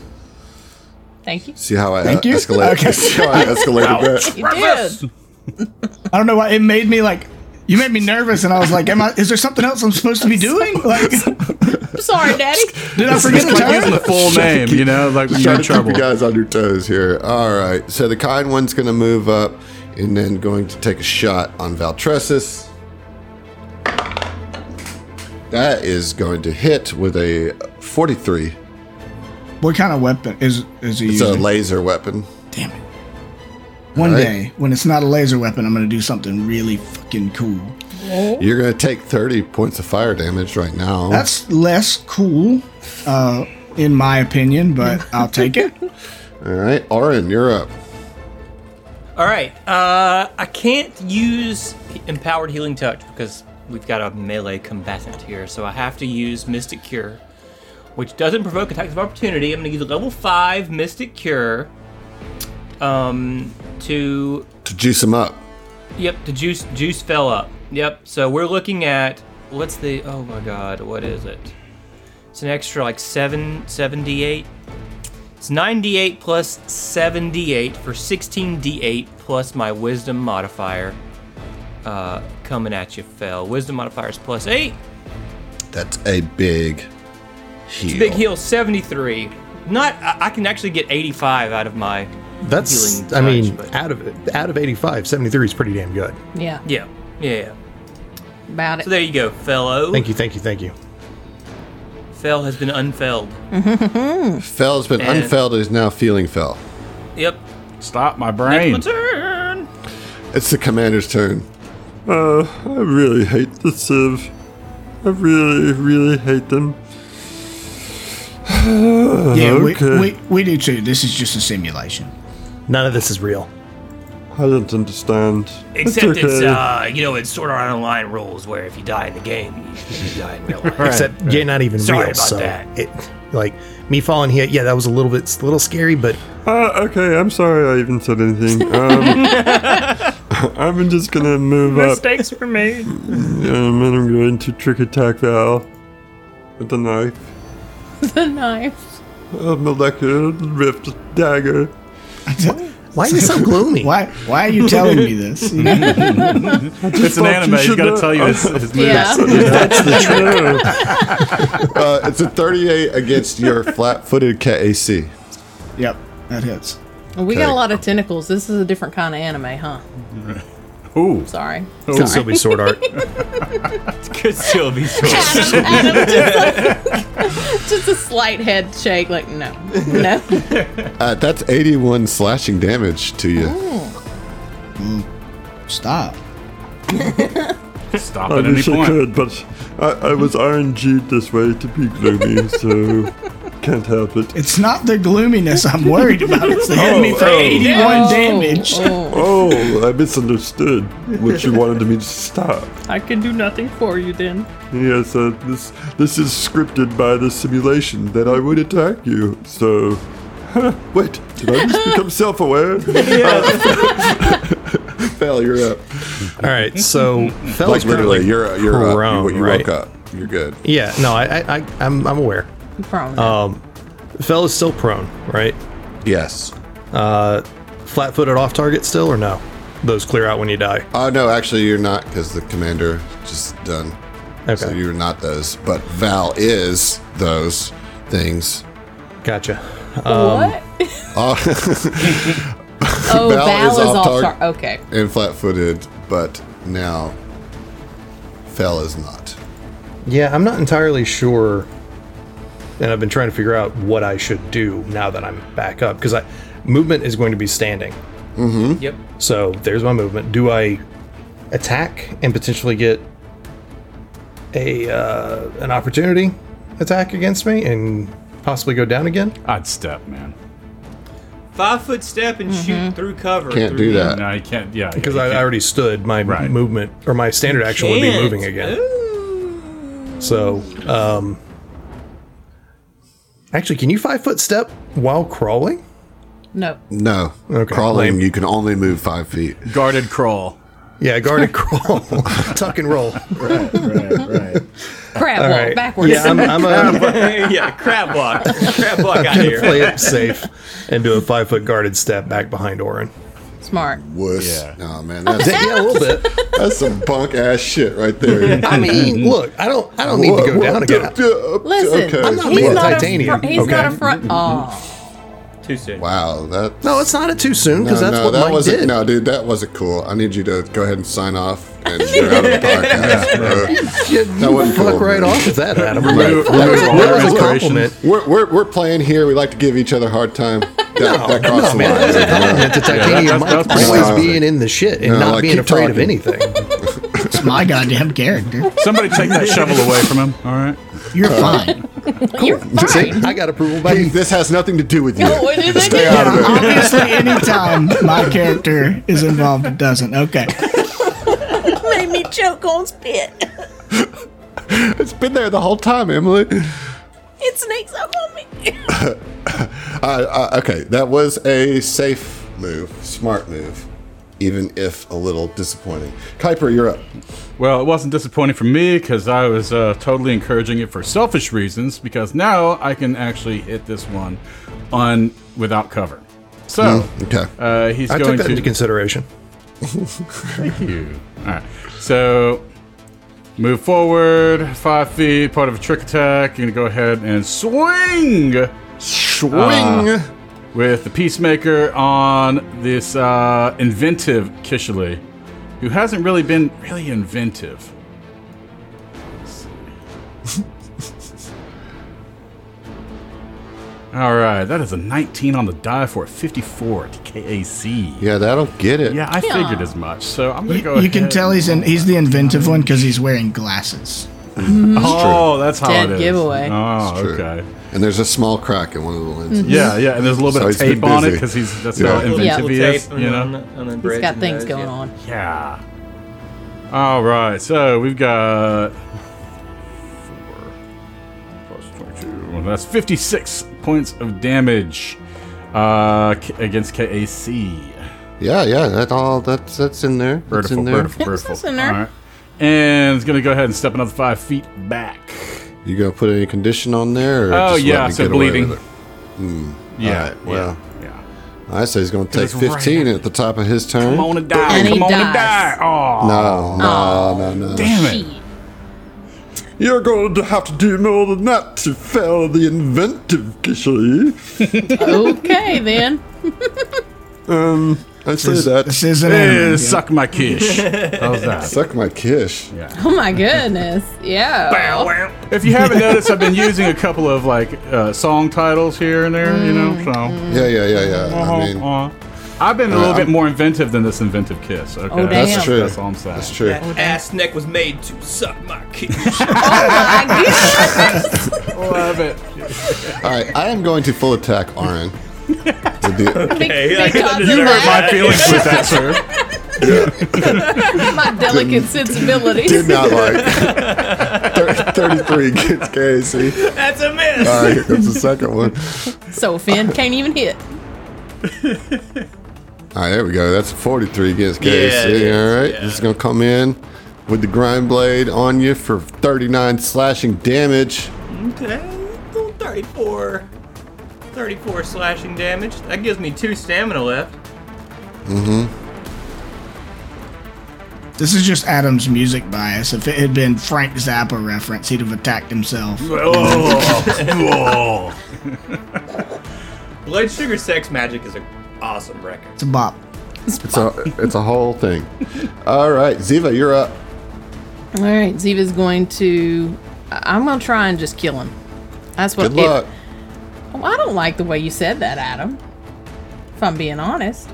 Thank you.
See how I
Thank you.
escalated?
Okay.
See how I escalated that?
You did.
I don't know why it made me like. You made me nervous, and I was like, "Am I? Is there something else I'm supposed to be doing? Like,
I'm sorry, Daddy.
did I forget a
Like
turn?"
using the full name, you know, like when you're
Trying
in
to keep
trouble.
you guys on your toes here. All right, so the kind one's going to move up and then going to take a shot on Valtressis. That is going to hit with a 43.
What kind of weapon is is he
It's a
using?
laser weapon.
Damn it! One
right.
day, when it's not a laser weapon, I'm gonna do something really fucking cool.
You're going to take 30 points of fire damage right now.
That's less cool, uh, in my opinion, but I'll take it.
All right, Orin, you're up.
All right. Uh, I can't use empowered healing touch because we've got a melee combatant here, so I have to use Mystic Cure, which doesn't provoke attacks of opportunity. I'm going to use a level five Mystic Cure, um, to
To juice him up.
Yep, the juice juice fell up. Yep. So we're looking at what's the oh my god, what is it? It's an extra like seven seventy eight. It's ninety eight plus seventy eight for sixteen D eight plus my wisdom modifier. Uh coming at you fell. Wisdom modifier is plus eight.
That's a big heal.
Big heal seventy three. Not I I can actually get eighty five out of my
That's,
healing
I mean,
touch, but-
out of out of 85, 73 is pretty damn good.
Yeah,
Yeah. Yeah. yeah.
about
So
it.
there you go, fellow.
Thank you, thank you, thank you.
Fell has been unfelled.
Fell's been
And-
unfelled and is now feeling fell.
Yep.
Stop my
Next my
brain.
turn.
It's the commander's turn. Uh, I really hate the Civ. I really, really hate them.
Yeah,
Okay.
we, we we do too. This is just a simulation.
None of this is real.
I don't understand.
Except it's, uh, you know, it's sort of online rules where if you die in the game, you, you die in real life.
Except you're not even
Sorry
real.
about
so
that.
it, like me falling here, yeah, that was a little bit, it's a little scary, but
Uh, okay, I'm sorry I even said anything. Um, I'm just gonna move up.
Mistakes were made.
Um, and I'm going to trick attack Val with the knife.
The knife.
A molecular rift dagger.
why are you so gloomy?
Why why are you telling me this? You know?
It's an
thought you
anime. He's
should
got to
know.
tell you his, his moves.
Yeah.
Uh, it's a 38 against your flat-footed KAC.
yep, that hits.
We got
Okay.
a lot of tentacles. This is a different kind of anime, huh?
Ooh.
Sorry.
Could still be sword art.
Could still be so.
Adam, Adam just, a, just a slight head shake, like no, no.
Uh, that's 81 slashing damage to you.
Stop.
Stop
I
at any
wish I
point.
could, but I, I was RNG'd this way to be gloomy, so can't help it.
It's not the gloominess I'm worried about. It's the
Oh,
hit me for 81
Oh,
damage.
oh.
Oh, I misunderstood what you wanted me to stop.
I can do nothing for you then.
Yes, uh, this this is scripted by the simulation that I would attack you. So, wait, did I just become self-aware?
Fell, you're up.
All right, so Fell's
like literally,
currently
you're you're up.
prone,
you you
right?
woke up. You're good.
Yeah, no, I, I, I I'm, I'm aware. Um,
Promise.
Fell is still prone, right? Uh,
Yes.
Flat-footed off target still, or no? Those clear out when you die.
Oh no, actually you're not because the commander just done.
Okay,
Oh, So you're not those, but Val is those things.
gotcha.
what? oh,
Val
Val,
is
is,
off
off
target.
target. okay.
and flat-footed, but now Fell is not.
Yeah, I'm not entirely sure, and I've been trying to figure out what I should do now that I'm back up because I movement is going to be standing.
Yep.
So there's my movement. Do I attack and potentially get a uh, an opportunity attack against me and possibly go down again.
I'd step, man.
Five foot step and
Mm-hmm.
shoot through cover.
Can't
through
do
the-
that.
No, you can't. Yeah,
Because
yeah,
I,
you
I
can't.
already stood, my
Right.
movement or my standard action would be
Can't.
moving again.
Ooh.
So, um, actually, can you five foot step while crawling?
No.
No.
Okay,
Crawling,
lame.
you can only move five feet.
guarded crawl.
Yeah, guard and crawl, tuck and roll.
Right, right.
Crab walk
All right,
backwards.
yeah, I'm, I'm a
yeah, crab walk. Crab walk out
gonna
here.
play it safe and do a five foot guarded step back behind Orin.
Smart.
Wuss.
Yeah.
Oh, man. That's,
Yeah, a little bit.
that's some bunk ass shit right there.
I mean, look, I don't, I don't need to go down again.
Listen.
Listen,
I'm not
he's,
being
not
titanium,
a fr- he's
okay?
not a front. Oh,
Too soon.
Wow. That,
No, it's not it too soon
no,
because that's
no,
what
that
Mike
wasn't.
did.
No, dude, that wasn't cool. I need you to go ahead and sign off, and you're out of the podcast, bro.
You, you
wasn't
fuck
cool,
right
man.
off with that, Adam. That
Remove-
was- that was a
remove all
compliment.
We're, we're, we're playing here. We like to give each other a hard time. That,
No,
that costs
no, man, that
a
was a
lot.
compliment to
that's-
Titanium Mike
that's
always
pretty-
being in the shit and
No,
not
like,
being
keep
afraid of
talking.
anything.
It's my goddamn character.
Somebody take that shovel away from him. All right.
You're
Uh,
fine.
you're
See,
fine.
I got approval by
Hey,
you.
this has nothing to do with you.
What did they
Stay
do?
out of it.
Obviously, anytime my character is involved, it doesn't. Okay.
made me choke on spit.
It's been there the whole time, Emily.
It snakes up on me.
Uh, uh, okay, that was a safe move, smart move, even if a little disappointing. Kuiper, you're up.
Well, it wasn't disappointing for me because I was uh, totally encouraging it for selfish reasons because now I can actually hit this one on without cover. So
Okay.
uh, he's
I took
going
that
to
into consideration.
you. All right. So move forward five feet, part of a trick attack. You're gonna go ahead and swing
Swing.
uh, with the peacemaker on this uh, inventive Kishali, who hasn't really been really inventive. All right, that is a 19 on the die for a 54 to KAC.
yeah, that'll get it.
Yeah, I figured as much. So I'm gonna go.
You, you can
ahead
tell
and-
he's in, he's the inventive one because he's wearing glasses.
Oh, that's how
Dead
it is.
giveaway.
Oh,
True.
okay. Mm-hmm.
And there's a small crack in one of the lenses.
Yeah, yeah, and there's a little bit of
So he's been
tape on it
busy.
because he's that's
Yeah.
how
Little-
Little
inventive he
tape
is. You
on
know.
the- on the
He's
bridge
got
and
things
those,
going
yeah.
on.
Yeah. All right, so we've got four plus twenty-two. Well, that's fifty-six points of damage uh, K- against KAC.
Yeah, yeah, that all that's that's in there. That's
Beautiful,
in there.
beautiful,
Yep,
beautiful.
that's in there.
All right, and it's gonna go ahead and step another five feet back.
You gonna put any condition on there? Or
Oh
just let
yeah,
me
so
get away
bleeding.
with it?
Yeah,
Alright, well.
yeah, yeah.
I say he's gonna take
it's right
15 at the top of his turn.
Come on and die.
And he
Come on and die.
dies.
Oh,
No, no, no, no.
damn it.
Shit.
You're going to have to do more than that to fail the inventive Kishali.
Okay then.
Um,
I say
This, this
that.
isn't
Eh,
anime.
Suck my kish. How's that?
Suck my kish.
Oh my goodness. Yeah.
If you haven't noticed, I've been using a couple of like uh, song titles here and there, you know. So
Mm.
Yeah, yeah, yeah, yeah.
Uh-huh,
I mean,
uh-huh. I've been a little bit
I'm-
more inventive than this inventive kiss. Okay,
Oh, That's damn.
true.
That's all I'm saying.
that's true.
That ass neck was made to suck my kick.
I guess.
Love it.
All right, I am going to full attack Arin. With the-
Hey, I
Because
couldn't
of
You hurt
that,
my feelings with that, sir.
my delicate sensibilities.
did not like. Thir- 33 against KAC.
That's a miss.
All right, that's the second one.
So Finn can't even hit.
All right, there we go. That's 43 against
Yeah,
KAC.
it is,
All right,
yeah.
this is going to come in with the grind blade on you for 39 slashing damage.
Okay, 34. 34 slashing damage. That gives me two stamina left.
This is just Adam's music bias. If it had been Frank Zappa reference, he'd have attacked himself.
Oh,
Blood Sugar Sex Magic is an awesome record.
It's a bop.
It's a, it's a whole thing. All right, Ziva, you're up.
All right, Ziva's going to. I- I'm gonna try and just kill him. That's what. Oh,
Good luck.
Well, I don't like the way you said that, Adam. If I'm being honest.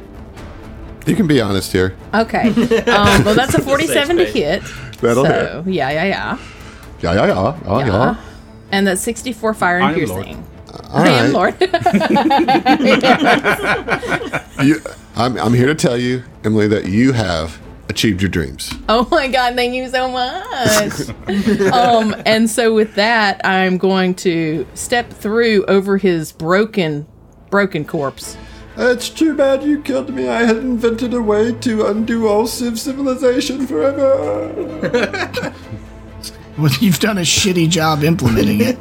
You can be honest here.
Okay. Um, well, that's a 47 to
space.
hit.
That'll
so, yeah, yeah, yeah.
Yeah, yeah, yeah, yeah, yeah.
And that's 64 fire and
I am Lord.
piercing.
All
I am
right.
Lord.
You, I'm, I'm here to tell you, Emily, that you have achieved your dreams.
oh my God, thank you so much. um, and so with that, I'm going to step through over his broken, broken corpse.
It's too bad you killed me. I had invented a way to undo all civ civilization forever.
Well, you've done a shitty job implementing it.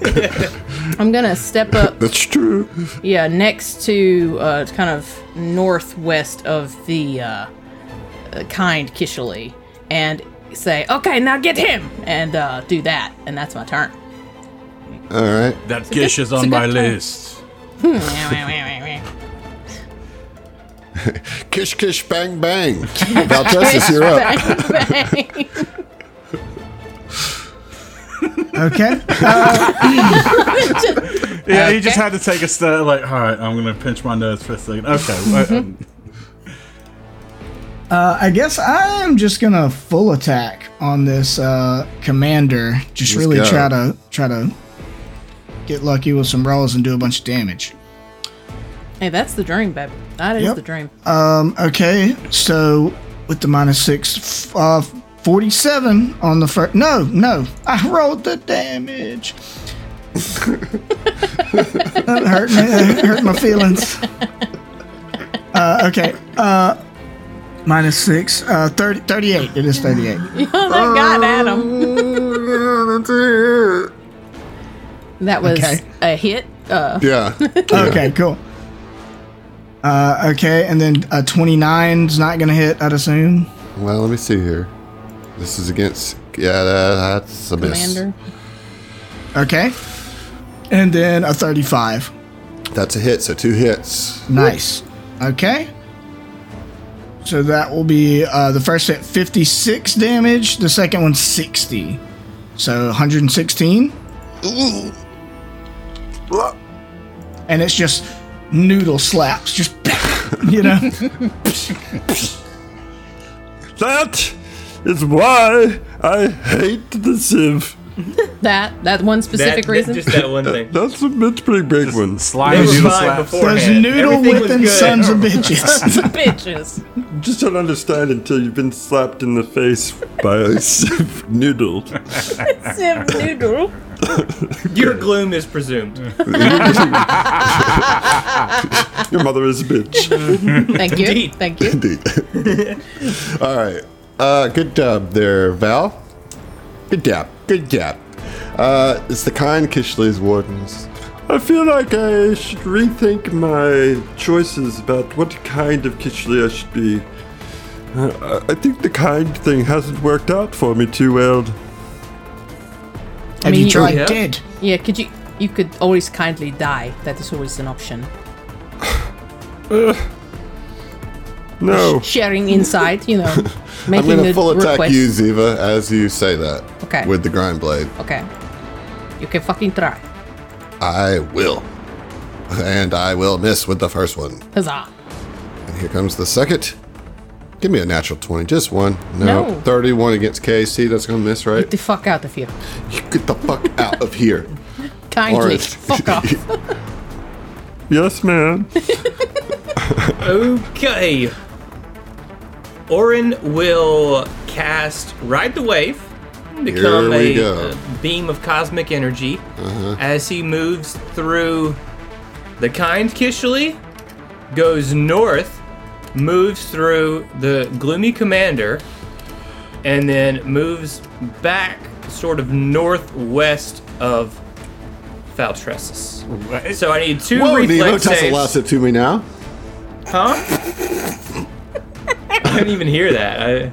I'm going to step up
That's true.
Yeah, next to uh, it's kind of northwest of the uh, uh, kind Kishali, and say, "Okay, now get him," and uh, do that, and that's my turn.
All right.
That gish
it's
is
a
on my
good time.
list.
Kish, kish, bang, bang. Valtessis, you're up.
Okay.
Yeah, he just had to take a step. Like, all right, I'm gonna pinch my nose for a second. Okay, well, um,
Uh, I guess I'm just gonna full attack on this uh, commander. Just
Let's
really
go.
try to try to get lucky with some rolls and do a bunch of damage.
hey, that's the dream, babe. That is
Yep.
the dream.
Um, okay, so with the minus six, f- uh, 47 on the first. No, no, I rolled the damage. that hurt me. That hurt my feelings. Uh, okay, uh, minus six, uh, 30, 38. It is 38.
Oh, that got Adam. that was
Okay.
a hit. Uh,
Yeah.
Okay, cool. Uh, okay, and then uh, 29 is not going to hit, I'd assume.
Well, let me see here. This is against. Yeah, that, that's a miss.
Commander.
Okay. And then a 35.
That's a hit, so two hits.
Nice. Okay. So that will be uh, the first hit 56 damage, the second one 60. So 116. And it's just noodle slaps, just you know.
That is why I hate the civ.
That that one
That,
specific
that-
reason.
just that one thing.
That's a that's a pretty big one.
They
slime
were
noodle
fine
slaps.
Those
beforehand.
noodle
Everything was
whipping
good.
sons of bitches.
Bitches.
Just don't understand until you've been slapped in the face by a civ noodle.
Sim noodle.
Your gloom is presumed.
Your mother is a bitch.
Thank you.
Indeed.
Thank you.
Indeed. All right. Uh, good job there, Val. Good job. Good job. Uh, it's the kind Kishli's wardens.
I feel like I should rethink my choices about what kind of Kishli I should be. Uh, I I think the kind thing hasn't worked out for me too well.
Have
mean,
you
you-
tried
Yeah.
dead?
Yeah, could you? You could always kindly die. That is always an option.
No.
Sharing insight, you know,
I'm
making
going
the
to full attack
request.
you, Ziva, as you say that.
Okay.
With the grind blade.
Okay, you can fucking try.
I will. And I will miss with the first one.
Huzzah!
And here comes the second. Give me a natural 20. Just one. No.
No.
31 against KC. That's going to miss, right?
Get the fuck out of here.
Get the fuck out of here.
Kindly,
Orange.
fuck off.
Yes, ma'am.
Okay. Orin will cast Ride the Wave, become
Here we
a,
go. Uh-huh.
a beam of cosmic energy as he moves through the kind Kishli, goes north, moves through the gloomy commander, and then moves back sort of northwest of Faltressus. So I need two
Whoa, Nemo,
reflex
toss a
saves.
lasso to me now.
Huh? I didn't even hear that.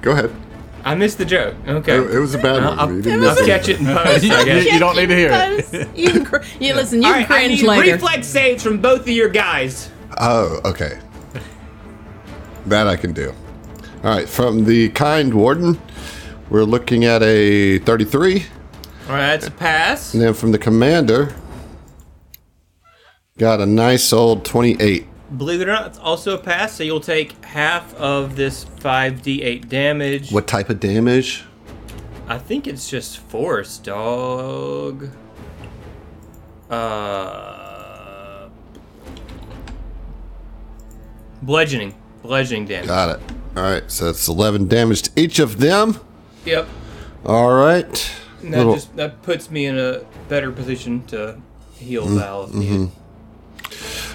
Go ahead.
I, I missed the joke. Okay.
It, it was a bad
I'll,
one.
I'll-
You didn't
I'll
miss
Uh, catch it
anything.
in post, I
You-
guess.
you don't need to hear it.
You can cr- yeah, listen, you
All
can
right, I
cringe
need
later.
reflex saves from both of your guys.
Oh, okay. That I can do. All right, from the kind warden, we're looking at a 33.
All right, that's a pass.
And then from the commander, got a nice old 28.
Believe it or not, it's also a pass, so you'll take half of this 5d8 damage.
What type of damage?
I think it's just force, dog. Uh. Bludgeoning. Bludgeoning damage.
Got it. All right, so that's 11 damage to each of them.
Yep.
All right.
And that
Little-
just that puts me in a better position to heal Val if needed.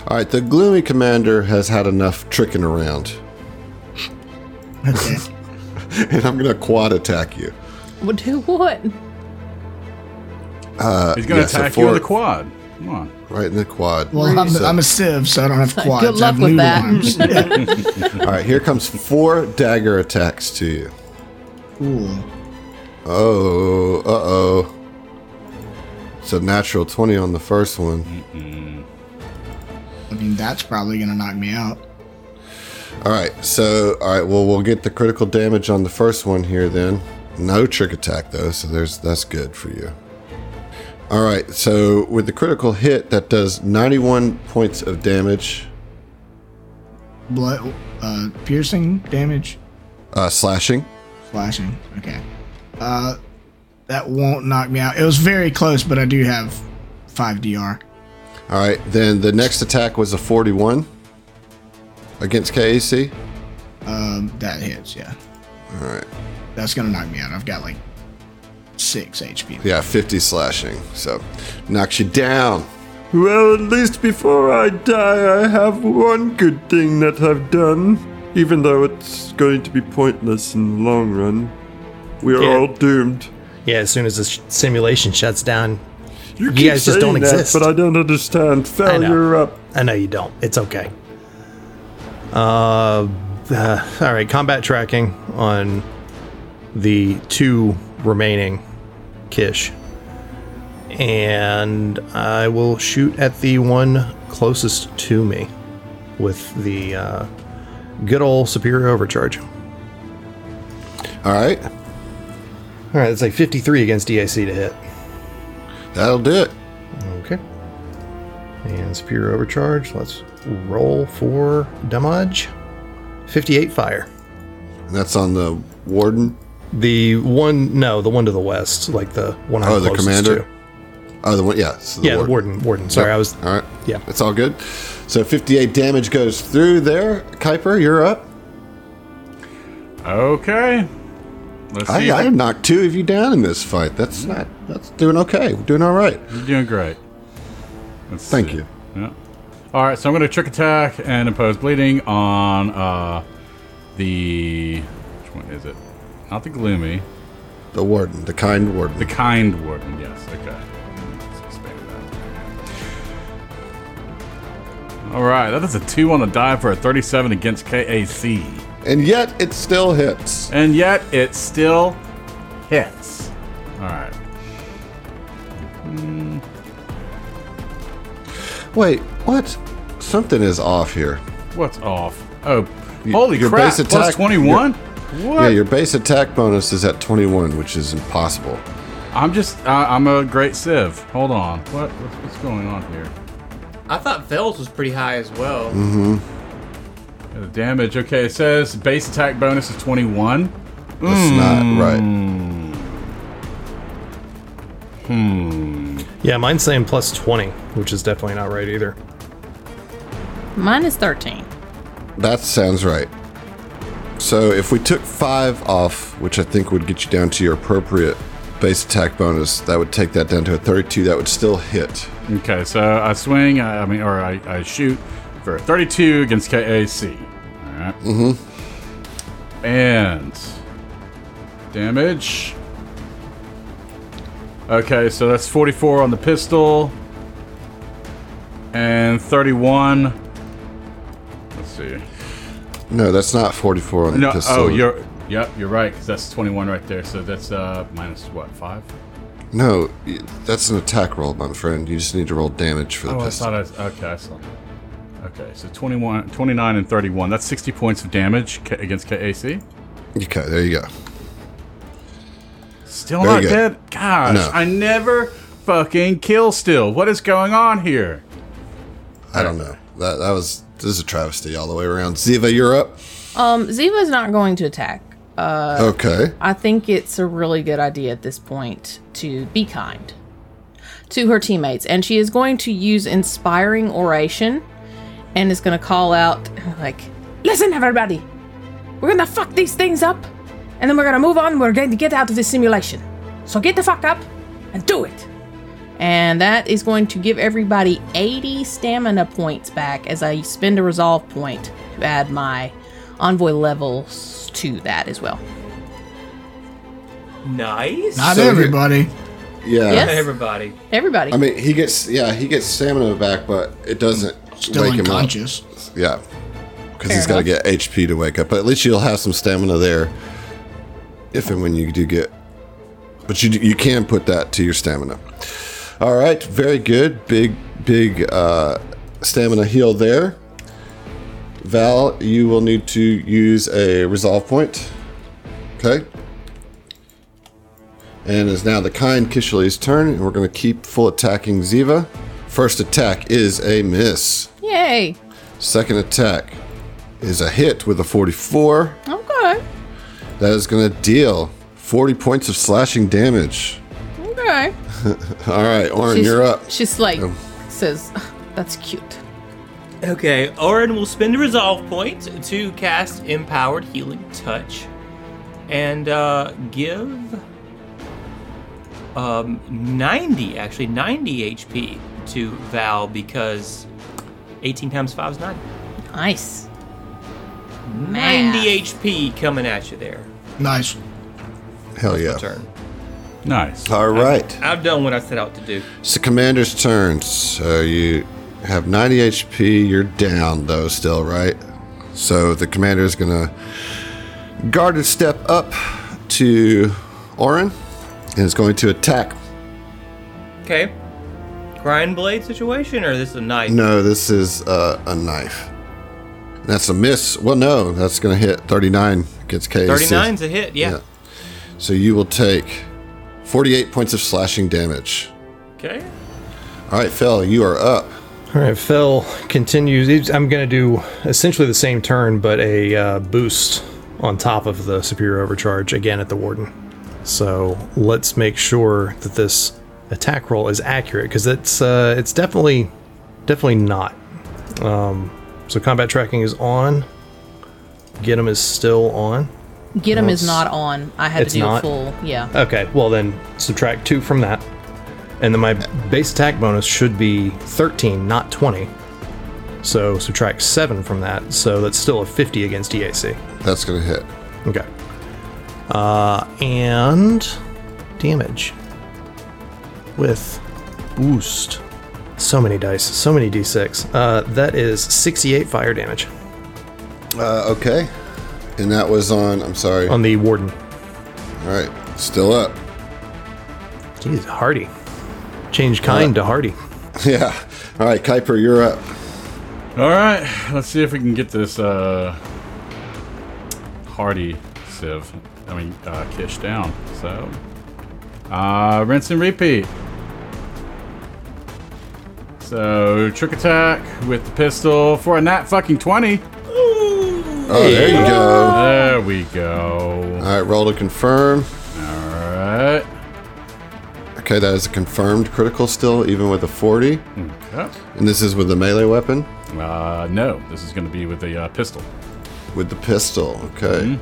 all right, the gloomy commander has had enough tricking around,
Okay.
and I'm gonna quad attack you.
Well, do what?
He's gonna
yeah, so
attack you
for-
with the quad. Come on.
Right in the quad.
Well, I'm,
So-
I'm a sieve, so I don't have quads.
Good
I have
luck with
noodle
that.
arms. Yeah.
all right, here comes four dagger attacks to you.
Ooh.
Oh, uh oh. It's a natural 20 on the first one.
I mean, that's probably going to knock me out.
All right, so all right, well we'll get the critical damage on the first one here then. No trick attack though, so there's that's good for you. All right, so with the critical hit that does 91 points of damage,
Blood, uh, piercing damage,
uh slashing.
flashing. Okay. Uh, that won't knock me out. It was very close, but I do have 5 DR.
All right, then the next attack was a 41 against KAC.
Um, that hits, yeah.
All right.
That's going to knock me out. I've got like 6 HP.
Yeah, 50 slashing. So knocks you down.
Well, at least before I die, I have one good thing that I've done. Even though it's going to be pointless in the long run. We are
Yeah.
all doomed.
Yeah, as soon as this sh- simulation shuts down,
You,
You
keep
guys
saying
just don't
that,
exist.
But I don't understand. Failure up.
I know you don't. It's okay. Uh, uh, all right. Combat tracking on the two remaining Kish, and I will shoot at the one closest to me with the uh, good old superior overcharge. All
All right.
right, that's like 53 against DAC to hit.
That'll do it.
Okay. And superior overcharge. Let's roll for damage. 58 fire.
And that's on the warden.
The one, no, the one to the west, like the one. I'm
Oh, the
closest
commander?
to.
Oh, the one yeah, it's the
Yeah, the warden. Warden. Sorry, I was.
All right.
Yeah.
It's all good. So 58 damage goes through there. Kuiper, you're up.
Okay. Let's see.
I, I have knocked two of you down in this fight. That's not. That's doing okay. We're doing all right.
You're doing great. Let's
Thank
see.
you.
Yeah. All right, so I'm going to trick attack and impose bleeding on uh, the which one is it? Not the gloomy,
The warden, the kind warden.
the kind warden. Yes. Okay. Let's expand that. All right, that is a two on a die for a 37 against KAC,
and yet it still hits.
and yet it still hits. All right.
Wait, what? Something is off here.
What's off? Oh, holy
your
crap!
base attack-
plus twenty-one. What?
Yeah, your base attack bonus is at 21, which is impossible.
I'm just. I I'm a great sieve. Hold on. What? What's, what's going on here?
I thought Fells was pretty high as well.
Yeah, The damage. Okay, it says base attack bonus is 21.
That's
Hmm.
not right.
Yeah, mine's saying plus 20, which is definitely not right either.
Mine is 13.
That sounds right. So if we took five off, which I think would get you down to your appropriate base attack bonus, that would take that down to a 32. That would still hit.
Okay, so I swing. I, I mean, or I, I shoot for 32 against KAC. All right. Mm-hmm. And damage. Okay, so that's 44 on the pistol, and 31. Let's see.
No, that's not 44 on the
No.
pistol.
Oh, you're. Yep, you're right. Cause that's 21 right there. So that's uh minus what five?
No, y- that's an attack roll, my friend. You just need to roll damage for the
Oh, I
pistol.
thought I. Okay, I saw. Okay, so 21, 29 and 31. That's 60 points of damage K- against KAC.
Okay, there you go.
Still
Very
not
good.
dead? Gosh,
No.
I never fucking kill still. What is going on here?
I don't know. That that was This is a travesty all the way around. Ziva, you're up.
Um, Ziva's not going to attack.
okay.
Uh, I think it's a really good idea at this point to be kind to her teammates. And she is going to use inspiring oration and is going to call out, like, listen, everybody, we're going to fuck these things up and then we're going to move on. We're going to get out of this simulation. So get the fuck up and do it. And that is going to give everybody 80 stamina points back as I spend a resolve point to add my envoy levels to that as well.
Nice.
Not
So you-
everybody.
Yeah.
Hey,
Yes.
everybody.
Everybody.
I mean, he gets yeah, he gets stamina back, but it doesn't
Still
wake him
unconscious.
up. Yeah, because
Fair
he's got to
enough.
get HP to wake up. But at least you'll have some stamina there, if and when you do get. But you you can put that to your stamina. All right, very good. Big big uh, stamina heal there. Val, you will need to use a resolve point. Okay. And is now the kind Kishali's turn, and we're going to keep full attacking Ziva. First attack is a miss.
Yay.
Second attack is a hit with a 44.
Okay.
That is going to deal 40 points of slashing damage.
Okay.
All right, Orin,
She's-
you're up.
She's like,
Um.
says, that's cute.
Okay, Orin will spend a resolve point to cast Empowered Healing Touch and uh, give um, 90, actually 90 HP to Val because 18 times 5 is 9.
Nice.
90 HP coming at you there.
Nice.
Hell yeah.
Turn.
Nice.
All right.
I've done what I set out to do.
It's the commander's turn. So you have 90 HP. You're down, though, still, right? So the commander is going to guard his step up to Orin and is going to attack.
Okay. Grind blade situation, or this is a knife?
No, this is uh, a knife. That's a miss. Well, no, that's going to hit 39. Gets KAC.
39's a hit, yeah.
So you will take 48 points of slashing damage.
Okay.
All right, Phil, you are up.
All right, Fell continues. He's- I'm going to do essentially the same turn, but a uh, boost on top of the superior overcharge again at the warden. So let's make sure that this attack roll is accurate because it's uh, it's definitely definitely not. Um, so combat tracking is on. Get him is still on.
Get him is
it's-
not on. I had to
it's
do a
not?
full, yeah.
Okay, well then subtract two from that, and then my base attack bonus should be 13, not 20. So subtract seven from that, so that's still a 50 against EAC.
That's going to hit.
Okay. Uh, and damage with boost. So many dice, so many d6. Uh, that is 68 fire damage
Uh, okay. And that was on, I'm sorry.
on the warden.
All right, still up.
Jeez, hardy. Change kind to hardy.
Yeah. All right, Kuiper, you're up.
All right, let's see if we can get this uh, Hardy Civ, I mean uh, Kish down. So, uh, rinse and repeat. So, trick attack with the pistol for a nat fucking twenty.
Oh, there you go.
There we go.
All right, roll to confirm.
All right.
Okay, that is a confirmed critical still, even with a 40.
Okay.
And this is with the melee weapon,
Uh, no, this is going to be with the uh, pistol.
with the pistol. Okay.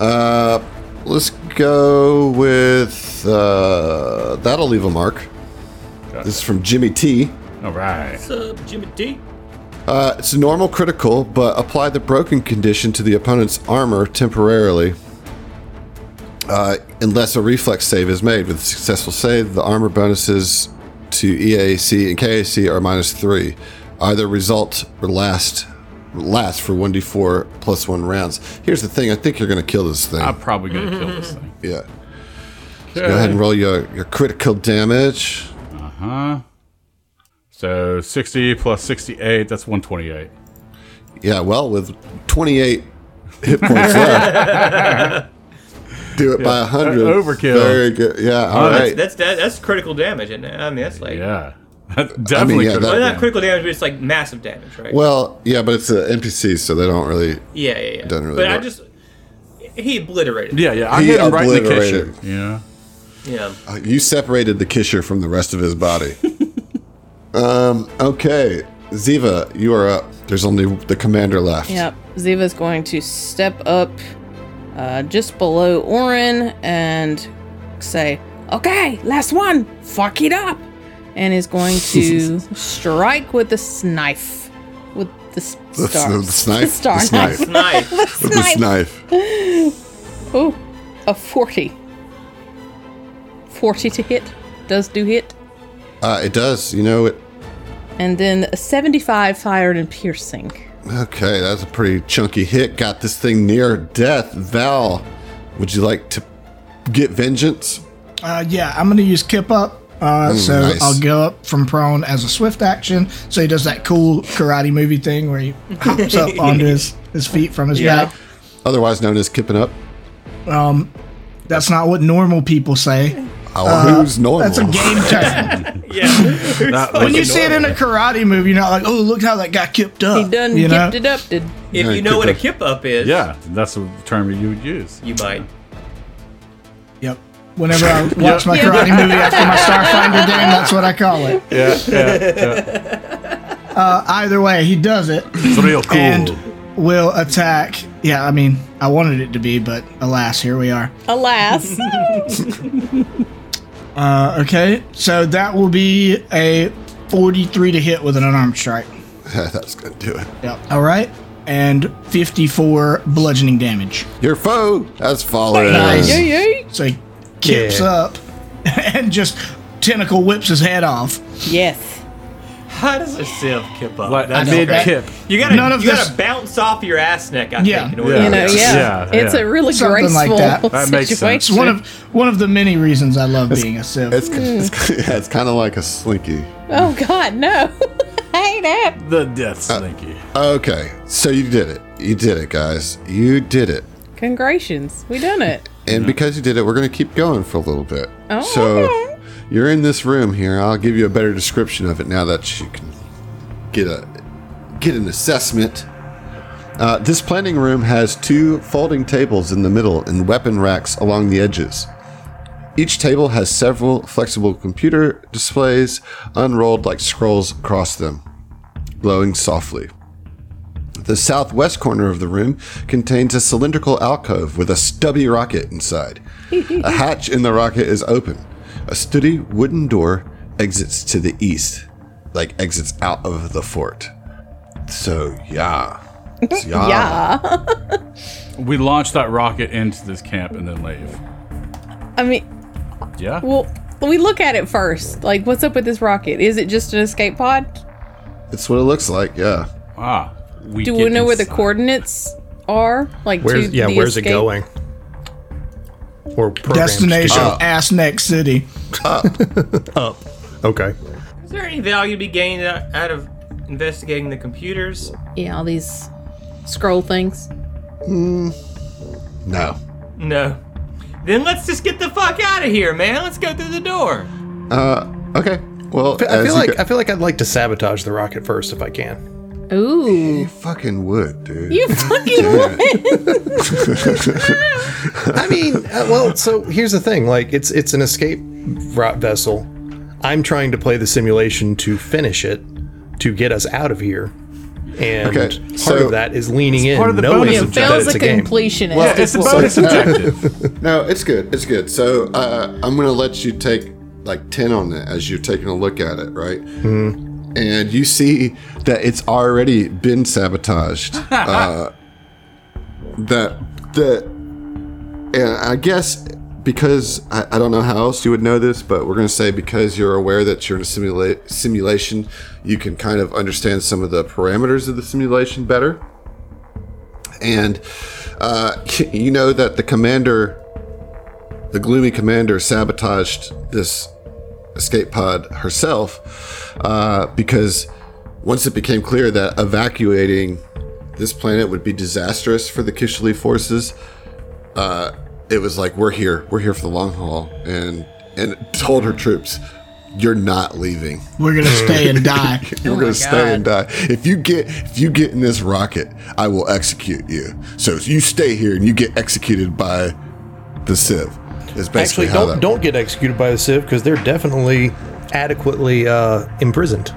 Uh, let's go with. Uh, that'll leave a mark.
Okay.
This is from Jimmy T.
All right.
What's up, Jimmy D?
Uh, it's a normal critical, but apply the broken condition to the opponent's armor temporarily. Uh, unless a reflex save is made. With a successful save, the armor bonuses to EAC and KAC are minus three. Either result or last last for 1d4 plus one rounds. Here's the thing I think you're going to kill this thing.
I'm probably going to kill this thing.
yeah. Go ahead and roll your, your critical damage.
Uh huh. So 60 plus 68, that's 128.
Yeah, well, with 28 hit points left, do it by 100.
overkill.
Very good. Yeah, all
that's-
right.
That's that, that's critical damage, and I mean that's like
Yeah. Definitely.
yeah,
could
that-
Well,
have
not
been.
critical damage, but it's like massive damage, right?
Well, yeah, but it's the NPCs, so they don't really.
yeah, yeah, yeah.
doesn't really
but I
work.
just he obliterated. it.
yeah, yeah. I
He
hit him right in the
obliterated.
kitchen. Yeah.
Yeah.
Uh, You separated the kisher from the rest of his body. um. Okay, Ziva, you are up. There's only the commander left.
Yep. Ziva's going to step up uh, just below Orin and say, Okay, last one, fuck it up. And is going to strike with the knife. With the s-
The,
star.
the, the snipe.
star
The
knife.
snipe.
Nice.
With this knife.
Ooh, Oh, a 40. 40 to hit. Does do hit.
Uh, it does. You know it.
And then a 75 fired and piercing.
Okay, that's a pretty chunky hit. Got this thing near death. Val, would you like to get vengeance?
Uh, yeah, I'm going to use Kip Up. Uh, so
Mm, nice.
I'll go up from prone as a swift action. So he does that cool karate movie thing where he hops up onto his, his feet from his
Yeah.
back.
Otherwise known as kipping up.
That's not what normal people say.
Oh, who's normal?
Uh, That's a game term.
Yeah.
That
when
was
you see it in a karate movie, you're not like, oh, look how that guy kipped up.
He done
Uh, you know?
kipped it up. Did.
if you know what a kip up is,
Yeah, that's a term you would use.
you might.
Yep. Whenever I watch my karate movie after my Starfinder game, that's what I call it.
Yeah, yeah.
Uh, either way, he does it
It's real cool.
and will attack. Yeah, I mean, I wanted it to be, but alas, here we are.
Alas.
Uh, okay, so that will be a 43 to hit with an unarmed strike.
That's gonna do it.
Yep. All right. And 54 bludgeoning damage.
Your foe has fallen.
Nice.
Yay, yay.
So he kips
Yeah.
up and just tentacle whips his head off.
Yes.
How does a sieve kip up?
like,
That's
mid
okay.
kip.
You gotta,
None of
you
this-
gotta bounce off your ass neck, I
Yeah.
think, in order
Yeah.
You know,
to
yeah.
Yeah,
It's
yeah.
a really
Something like
graceful
that.
That makes sense.
situation.
It's one of one of the many reasons I love being a Civ.
It's, it's, yeah, it's kind of like a slinky.
oh god, no. I hate that.
The death slinky.
Okay, so you did it. You did it, guys. You did it.
Congratulations. We done it.
And because you did it, we're going to keep going for a little bit.
Oh, okay.
So you're in this room here. I'll give you a better description of it now that you can get a get an assessment. Uh, this planning room has two folding tables in the middle and weapon racks along the edges. Each table has several flexible computer displays unrolled like scrolls across them, glowing softly. The southwest corner of the room contains a cylindrical alcove with a stubby rocket inside. a hatch in the rocket is open. A sturdy wooden door exits to the east, like exits out of the fort. So, yeah. It's yeah.
Yeah.
We launch that rocket into this camp and then leave.
I mean,
Yeah.
well, we look at it first. Like, what's up with this rocket? Is it just an escape pod?
It's what it looks like, yeah.
ah. We
Do we
get
know where the
inside.
coordinates are? Like,
Where's
to
yeah?
the
Where's
escape?
it going? Or programmed to
Destination
go
ass neck city.
up.
Oh.
Okay.
Is there any value to be gained out out of investigating the computers?
Yeah, all these scroll things.
No.
No. Then let's just get the fuck out of here, man. Let's go through the door.
Uh, okay. Well,
I
as
feel
you
like
go-
I feel like I'd like to sabotage the rocket first if I can.
Ooh.
you fucking would, dude.
You fucking would.
I mean, uh, well, so here's the thing: like, it's it's an escape rot vessel. I'm trying to play the simulation to finish it, to get us out of here, and
Okay,
part
so-
of that is leaning in,
part of the
knowing
bonus
Yeah,
It's
that
Phil's
it's
a
a game.
completionist.
Well,
It's a bonus objective.
No, it's good. It's good. So uh, I'm gonna let you take like ten on it as you're taking a look at it, right? Mm. And you see that it's already been sabotaged. uh, that that, and I guess because I, I don't know how else you would know this, but we're gonna say because you're aware that you're in a simula- simulation, you can kind of understand some of the parameters of the simulation better and uh, you know that the commander, the gloomy commander, sabotaged this escape pod herself uh, because once it became clear that evacuating this planet would be disastrous for the Kishli forces, uh, it was like we're here, we're here for the long haul, and and told her troops, you're not leaving.
Oh
We're gonna stay and die.
You're
my
gonna stay and die. If you get if you get in this rocket, I will execute you. So you stay here and you get executed by the Civ. Is basically
Actually,
how
don't
that
don't get executed by the Civ because they're definitely adequately uh, imprisoned.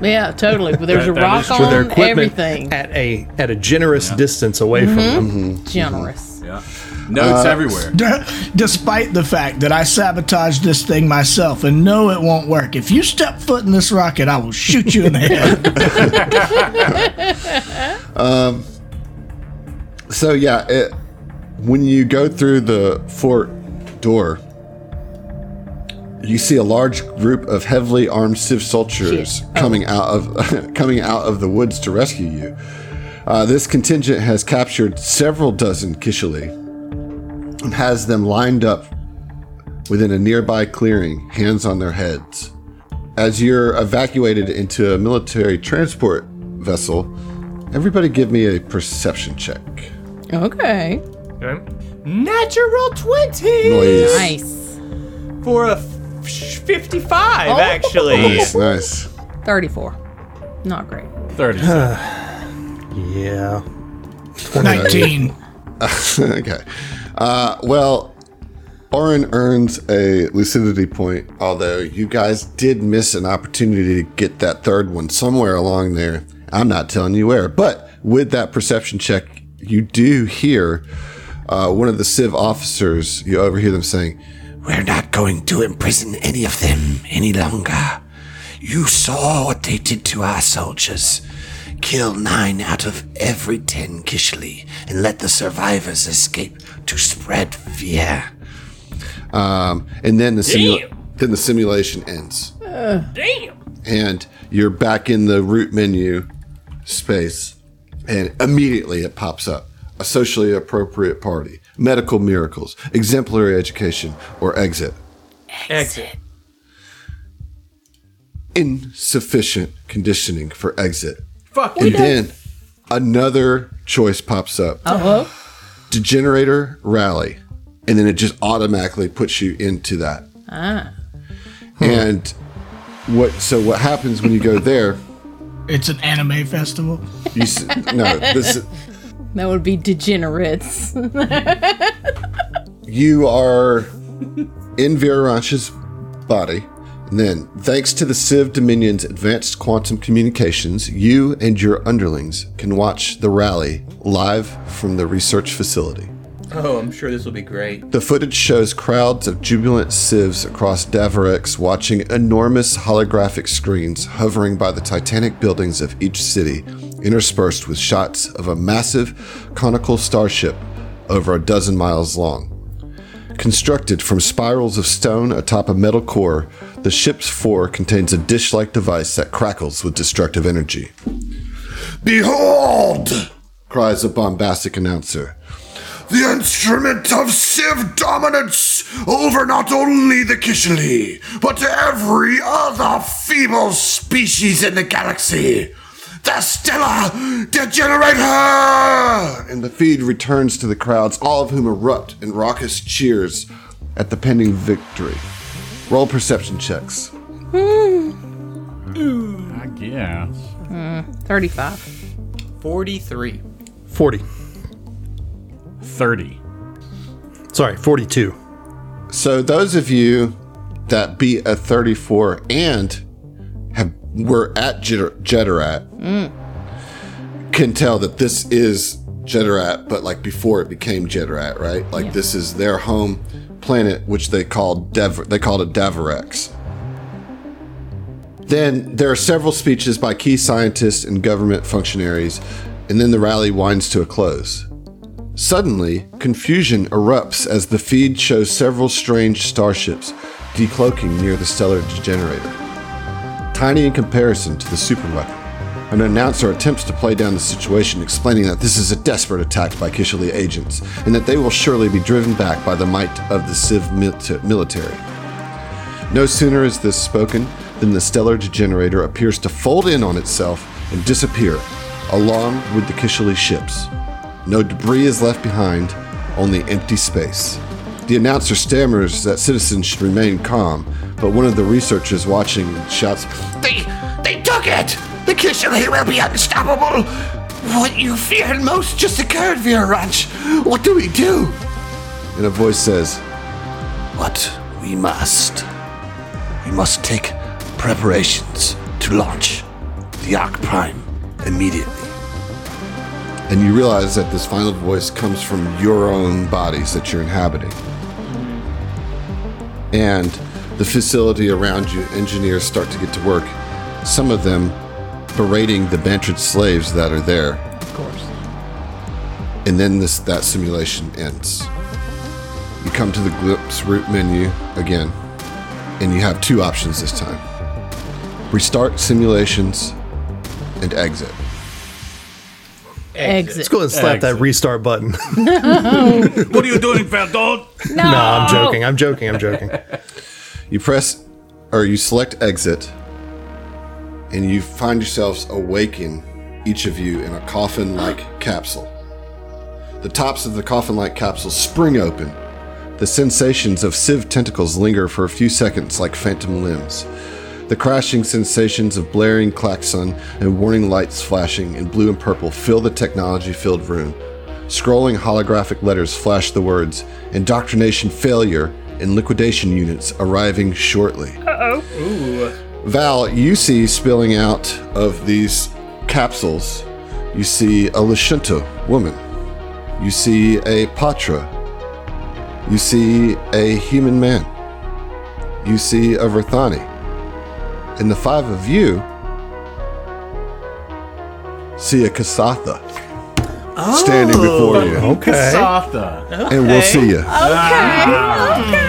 Yeah, totally. But there's
That-
a
that
rock
is true.
with their
on
equipment
everything.
at a at a generous distance away from them.
Generous.
Yeah. Notes everywhere.
Despite the fact that I sabotaged this thing myself and know it won't work, if you step foot in this rocket, I will shoot you in the head.
So yeah, it, when you go through the fort door, you see a large group of heavily armed civ soldiers coming out of coming out of the woods to rescue you. Uh, this contingent has captured several dozen Kishali and has them lined up within a nearby clearing, hands on their heads. As you're evacuated into a military transport vessel, everybody give me a perception check.
Okay.
Okay. Natural 20
Noise.
Nice.
for a f- 55, actually.
Nice, nice.
34. Not great.
30.
Yeah.
Nineteen.
okay. Uh, well, Oren earns a lucidity point, although you guys did miss an opportunity to get that third one somewhere along there. I'm not telling you where, but with that perception check, you do hear uh, one of the Civ officers, you overhear them saying,
We're not going to imprison any of them any longer. You saw what they did to our soldiers. Kill nine out of every ten Kishli and let the survivors escape to spread fear.
um, and then the, simu- then the simulation ends.
Damn.
and you're back in the root menu space, and immediately it pops up a socially appropriate party, medical miracles, exemplary education, or exit.
Exit.
Insufficient conditioning for exit.
Fuck
And then another choice pops up
Oh,
degenerator rally. And then it just automatically puts you into that. Ah. And what so what happens when you go there?
It's an anime festival.
You s- no, this
that would be degenerates.
you are in Virarash's body. And then, thanks to the Civ Dominion's advanced quantum communications, you and your underlings can watch the rally live from the research facility.
Oh, I'm sure this will be great.
The footage shows crowds of jubilant civs across Davarex watching enormous holographic screens hovering by the titanic buildings of each city, interspersed with shots of a massive conical starship over a dozen miles long. Constructed from spirals of stone atop a metal core, the ship's fore contains a dish like device that crackles with destructive energy. Behold! cries a bombastic announcer. The instrument of Civ dominance over not only the Kishli, but every other feeble species in the galaxy. The Stellar Degenerator! And the feed returns to the crowds, all of whom erupt in raucous cheers at the pending victory. Roll perception checks.
I guess.
35.
43.
40.
30.
Sorry, 42.
So those of you that beat a 34 and have were at Jeter- Jederat can tell that this is Jederat, but like before it became Jederat, right? Like this is their home planet, which they called Dev- they called it Davarex. Then there are several speeches by key scientists and government functionaries, and then the rally winds to a close. Suddenly, confusion erupts as the feed shows several strange starships decloaking near the stellar degenerator. Tiny in comparison to the superweapon, an announcer attempts to play down the situation, explaining that this is a desperate attack by Kishali agents and that they will surely be driven back by the might of the Civ mil- military. No sooner is this spoken than the stellar degenerator appears to fold in on itself and disappear, along with the Kishali ships. No debris is left behind, only empty space. The announcer stammers that citizens should remain calm, But one of the researchers watching shouts,
They, they took it! The Kishili will be unstoppable! What you feared most just occurred, Vera Ranch. What do we do?
and a voice says,
What we must. We must take preparations to launch the Ark Prime immediately.
and you realize that this final voice comes from your own bodies that you're inhabiting. And the facility around you, engineers start to get to work, some of them berating the bantered slaves that are there.
Of course.
And then this that simulation ends. You come to the Glimpse root menu again, and you have two options this time restart simulations and exit.
Exit.
Let's go ahead and slap that restart button.
What are you doing, fat dog?
No,
no, I'm joking. I'm joking. I'm joking.
You press or you select exit, and you find yourselves awaken, each of you, in a coffin like capsule. The tops of the coffin like capsules spring open. The sensations of sieve tentacles linger for a few seconds like phantom limbs. The crashing sensations of blaring klaxon and warning lights flashing in blue and purple fill the technology filled room. Scrolling holographic letters flash the words Indoctrination Failure and Liquidation Units arriving shortly. Uh oh. Val, you see spilling out of these capsules, you see a Lashunta woman. You see a Patra. You see a human man. You see a Verthani. And the five of you see a Kasatha standing before you.
Kasatha.
And we'll see you.
Okay. Okay.